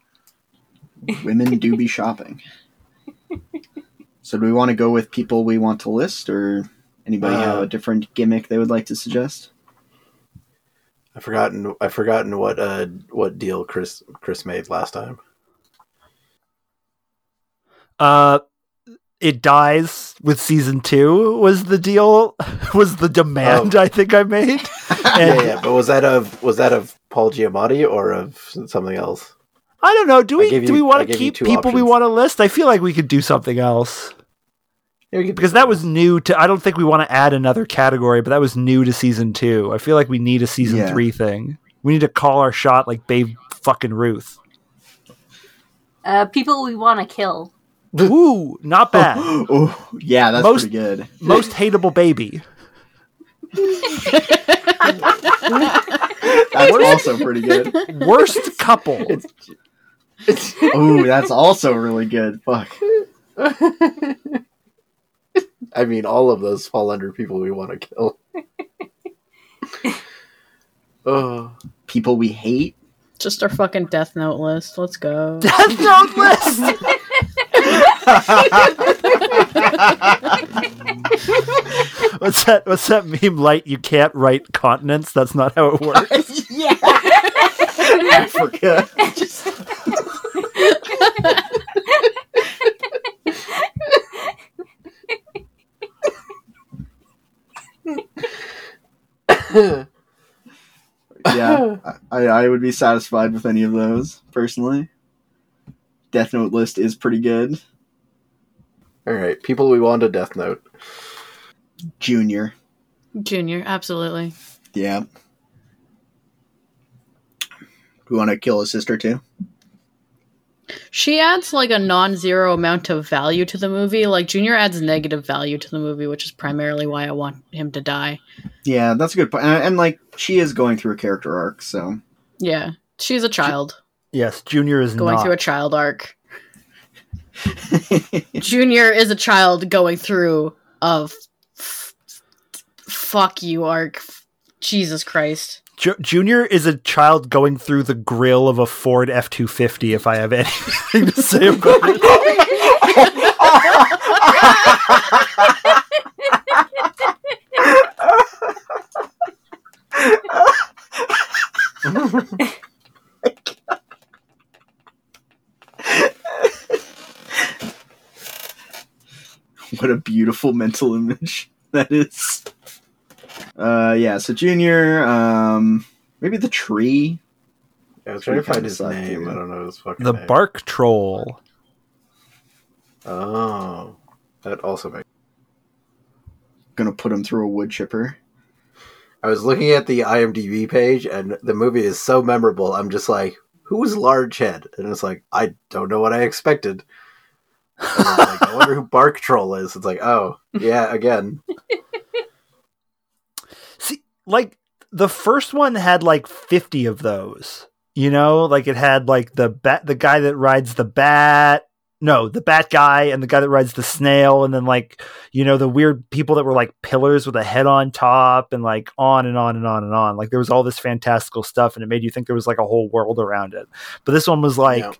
Speaker 6: Women do be shopping. So, do we want to go with people we want to list, or anybody have
Speaker 1: Uh,
Speaker 6: a different gimmick they would like to suggest?
Speaker 1: I've forgotten. I've forgotten what uh what deal Chris Chris made last time.
Speaker 2: Uh, it dies with season two was the deal was the demand I think I made.
Speaker 1: Oh. yeah,
Speaker 2: And
Speaker 1: yeah. But was that of was that of Paul Giamatti or of something else?
Speaker 2: I don't know. Do
Speaker 1: I
Speaker 2: we
Speaker 1: gave
Speaker 2: do we
Speaker 1: you- I
Speaker 2: want to
Speaker 1: gave you
Speaker 2: keep
Speaker 1: two
Speaker 2: people we
Speaker 1: options.
Speaker 2: want to list? I feel like we could do something else because that was new to. I don't think we want to add another category, but that was new to season two. I feel like we need a season
Speaker 6: Yeah.
Speaker 2: three thing. We need to call our shot like Babe fucking Ruth.
Speaker 5: Uh, people we want to kill.
Speaker 2: Ooh, not bad.
Speaker 6: oh, yeah, that's
Speaker 2: Most-
Speaker 6: pretty good.
Speaker 2: Most hateable baby.
Speaker 6: That's also pretty good.
Speaker 2: Worst couple.
Speaker 6: Oh, that's also really good. Fuck.
Speaker 1: I mean, all of those fall under people we want to kill. oh,
Speaker 6: People we hate.
Speaker 3: Just our fucking Death Note list. Let's go.
Speaker 2: Death Note list. what's that? What's that meme? Light, you can't write continents. That's not how it works.
Speaker 6: Africa. yeah, I, I would be satisfied with any of those personally. Death Note list is pretty good.
Speaker 1: All right, people we want a Death Note.
Speaker 6: Junior,
Speaker 3: Junior, absolutely.
Speaker 6: yeah. We want to kill his sister too.
Speaker 3: She adds like a non zero amount of value to the movie. Like, Junior adds negative value to the movie, which is primarily why I want him to die.
Speaker 6: Yeah, that's a good point. And, and like, she is going through a character arc, so
Speaker 3: Yeah. She's a child
Speaker 2: Yes, Junior is
Speaker 3: going
Speaker 2: not.
Speaker 3: through a child arc. Junior is a child going through a f- f- fuck you arc. Jesus Christ.
Speaker 2: Ju- Junior is a child going through the grill of a Ford F two fifty. If I have anything to say about it,
Speaker 6: what a beautiful mental image that is. Uh, yeah. So Junior, um, maybe the tree.
Speaker 1: I was trying to find his
Speaker 6: Sucked,
Speaker 1: name.
Speaker 6: dude.
Speaker 1: I don't know his fucking
Speaker 2: the
Speaker 1: name.
Speaker 2: bark troll.
Speaker 1: Oh, that also makes.
Speaker 6: Gonna put him through a wood chipper.
Speaker 1: I was looking at the IMDb page, and the movie is so memorable. I'm just like, who was Large Head? And it's like, I don't know what I expected. And I, was like, I wonder who Bark Troll is. It's like, oh yeah, again.
Speaker 2: See, like the first one had like fifty of those. You know, like it had like the bat, the guy that rides the bat. No, the bat guy and the guy that rides the snail, and then like you know the weird people that were like pillars with a head on top, and like on and on and on and on. Like there was all this fantastical stuff, and it made you think there was like a whole world around it. But this one was like
Speaker 1: Yeah.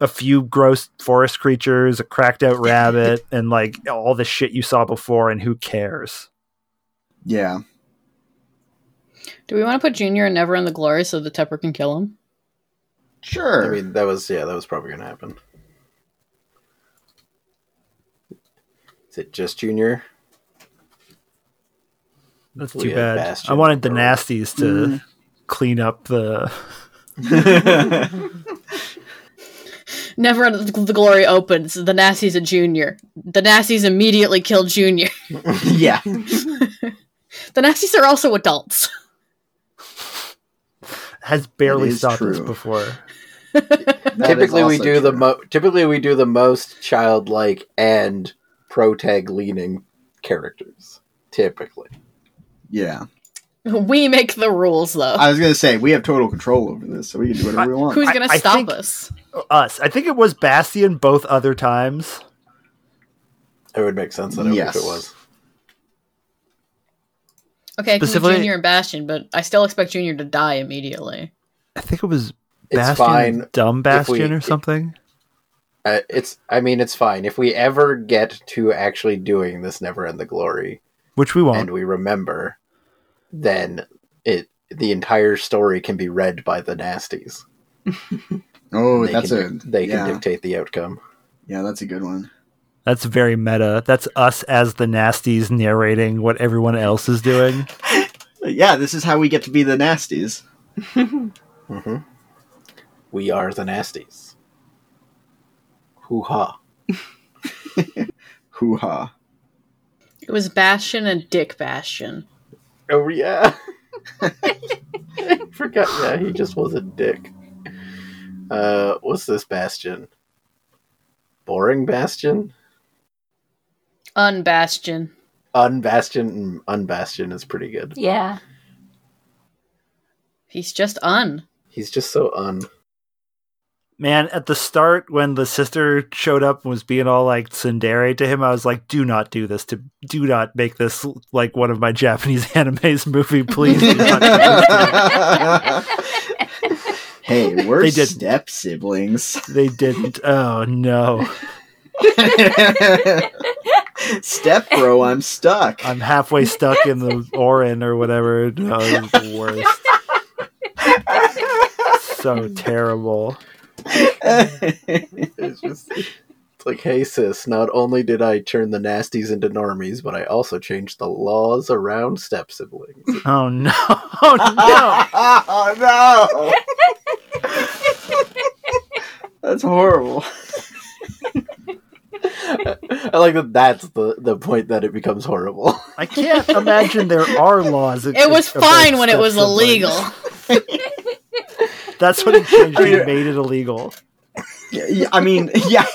Speaker 2: a few gross forest creatures, a cracked out rabbit, and like all the shit you saw before, and who cares?
Speaker 6: Yeah.
Speaker 3: Do we want to put Junior and Never in the Glory so that Tepper can kill him?
Speaker 6: Sure.
Speaker 1: I mean, that was yeah, that was probably gonna happen. Is it just Junior?
Speaker 2: That's
Speaker 1: We
Speaker 2: too
Speaker 1: had
Speaker 2: bad.
Speaker 1: Bastion
Speaker 2: I wanted the
Speaker 1: or-
Speaker 2: nasties to
Speaker 1: Hmm.
Speaker 2: clean up the.
Speaker 3: Never in the the Glory opens. The Nazis a Junior. The Nazis immediately kill Junior.
Speaker 6: yeah.
Speaker 3: The Nazis are also adults.
Speaker 2: Has barely
Speaker 6: It is
Speaker 2: saw this
Speaker 6: true.
Speaker 2: before.
Speaker 6: That is
Speaker 1: typically we
Speaker 6: also
Speaker 1: do the
Speaker 6: true.
Speaker 1: mo- typically we do the most childlike and protag leaning characters. Typically,
Speaker 6: Yeah.
Speaker 3: We make the rules, though.
Speaker 6: I was gonna say we have total control over this, so we can do whatever we want.
Speaker 3: Who's
Speaker 2: I-
Speaker 3: going
Speaker 2: I
Speaker 3: to stop
Speaker 2: think-
Speaker 3: us?
Speaker 2: Us. I think it was Bastion both other times.
Speaker 1: it would make sense. I don't know
Speaker 6: Yes.
Speaker 1: if it was.
Speaker 3: Okay, I can do
Speaker 2: Specifically-
Speaker 3: Junior and Bastion, but I still expect Junior to die immediately.
Speaker 2: I think it was
Speaker 1: It's
Speaker 2: Bastion,
Speaker 1: fine
Speaker 2: Dumb
Speaker 1: if we-
Speaker 2: Bastion or something.
Speaker 1: Uh, it's. I mean, it's fine if we ever get to actually doing this never end the glory,
Speaker 2: Which we won't.
Speaker 1: and we remember, then it the entire story can be read by the nasties.
Speaker 6: Oh,
Speaker 1: They
Speaker 6: that's
Speaker 1: can,
Speaker 6: a
Speaker 1: they
Speaker 6: yeah.
Speaker 1: can dictate the outcome.
Speaker 6: Yeah, that's a good one.
Speaker 2: That's very meta. That's us as the nasties narrating what everyone else is doing.
Speaker 6: Yeah, this is how we get to be the nasties.
Speaker 1: We are the nasties. Hoo ha!
Speaker 6: Hoo ha.
Speaker 3: It was Bastion and Dick Bastion.
Speaker 1: Oh yeah. Forgot. Yeah, he just was a dick. Uh, what's this bastion? Boring bastion.
Speaker 3: Unbastion.
Speaker 1: Unbastion. Unbastion is pretty good.
Speaker 5: Yeah.
Speaker 3: He's just un.
Speaker 1: He's just so un.
Speaker 2: Man, at the start when the sister showed up and was being all like tsundere to him, I was like, "Do not do this. To do not make this like one of my Japanese anime's movie, please." do not do this."
Speaker 6: hey, we're
Speaker 2: They did.
Speaker 6: step siblings.
Speaker 2: They didn't. Oh no.
Speaker 6: step bro, I'm stuck.
Speaker 2: I'm halfway stuck in the Orin or whatever. No, it's the worst. so terrible.
Speaker 1: It's just. It's like, hey sis, not only did I turn the nasties into normies, but I also changed the laws around step siblings.
Speaker 2: Oh no! Oh no!
Speaker 6: oh no! That's horrible.
Speaker 1: I like that. That's the the point that it becomes horrible.
Speaker 2: I can't imagine there are laws.
Speaker 3: It was fine when it was illegal.
Speaker 2: That's what it changed. It made it illegal.
Speaker 6: Yeah, yeah, I mean, yeah.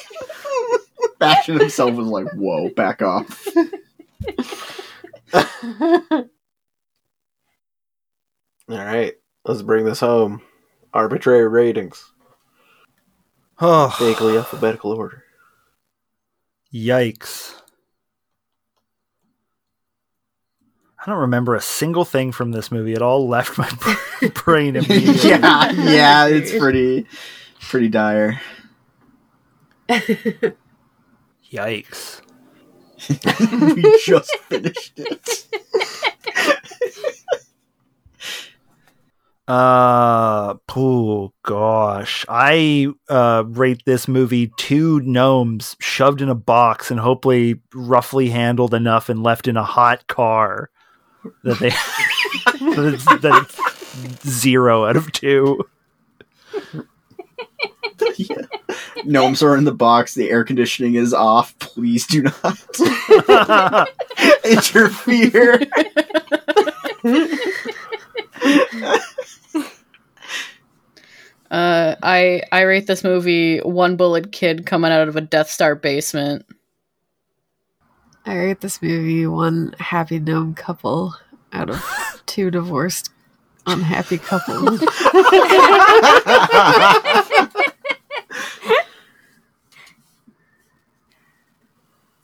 Speaker 6: Bastion himself was like, "Whoa, back off."
Speaker 1: All right, let's bring this home. Arbitrary ratings,
Speaker 2: Oh,
Speaker 1: vaguely alphabetical order.
Speaker 2: yikes! I don't remember a single thing from this movie. It all left my br- brain immediately.
Speaker 6: yeah, yeah, it's pretty, pretty dire.
Speaker 2: Yikes!
Speaker 6: we just finished it.
Speaker 2: Uh, oh gosh, I uh rate this movie two gnomes shoved in a box and hopefully roughly handled enough and left in a hot car that they that it's, that it's zero out of two.
Speaker 6: yeah. Gnomes are in the box. The air conditioning is off. Please do not
Speaker 2: Hmm.
Speaker 6: interfere.
Speaker 3: Uh, I I rate this movie one bullet kid coming out of a Death Star basement.
Speaker 4: I rate this movie one happy gnome couple out of two divorced unhappy couples.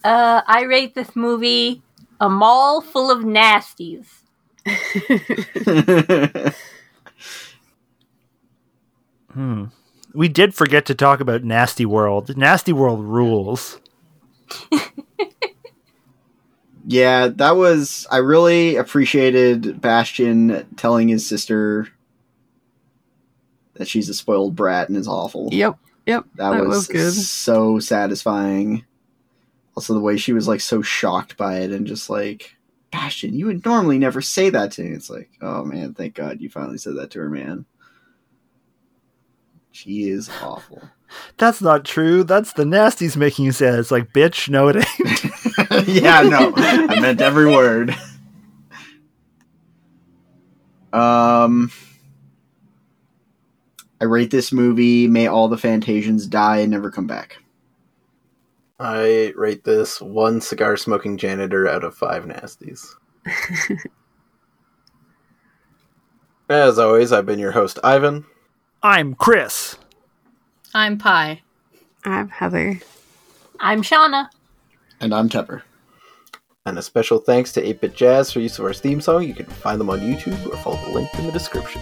Speaker 5: Uh, I rate this movie a mall full of nasties.
Speaker 2: Hmm. We did forget to talk about Nasty World. Nasty World rules.
Speaker 6: yeah, that was. I really appreciated Bastion telling his sister that she's a spoiled brat and is awful.
Speaker 4: yep, yep,
Speaker 6: That, was,
Speaker 4: good.
Speaker 6: so satisfying. Also, the way she was like so shocked by it and just like, Bastion, you would normally never say that to me. It's like, oh man, thank God you finally said that to her, man. She is awful.
Speaker 2: That's not true. That's the Nasties making you say that. It's like, bitch, no, it ain't.
Speaker 6: yeah, no, I meant every word. Um, I rate this movie. May all the Fantasians die and never come back.
Speaker 1: I rate this one cigar smoking janitor out of five nasties. As always, I've been your host, Ivan.
Speaker 2: I'm Chris.
Speaker 3: I'm pie.
Speaker 4: I'm Heather.
Speaker 5: I'm Shauna.
Speaker 6: And I'm Tepper.
Speaker 1: And a special thanks to 8 Bit Jazz for use of our theme song. You can find them on YouTube or follow the link in the description.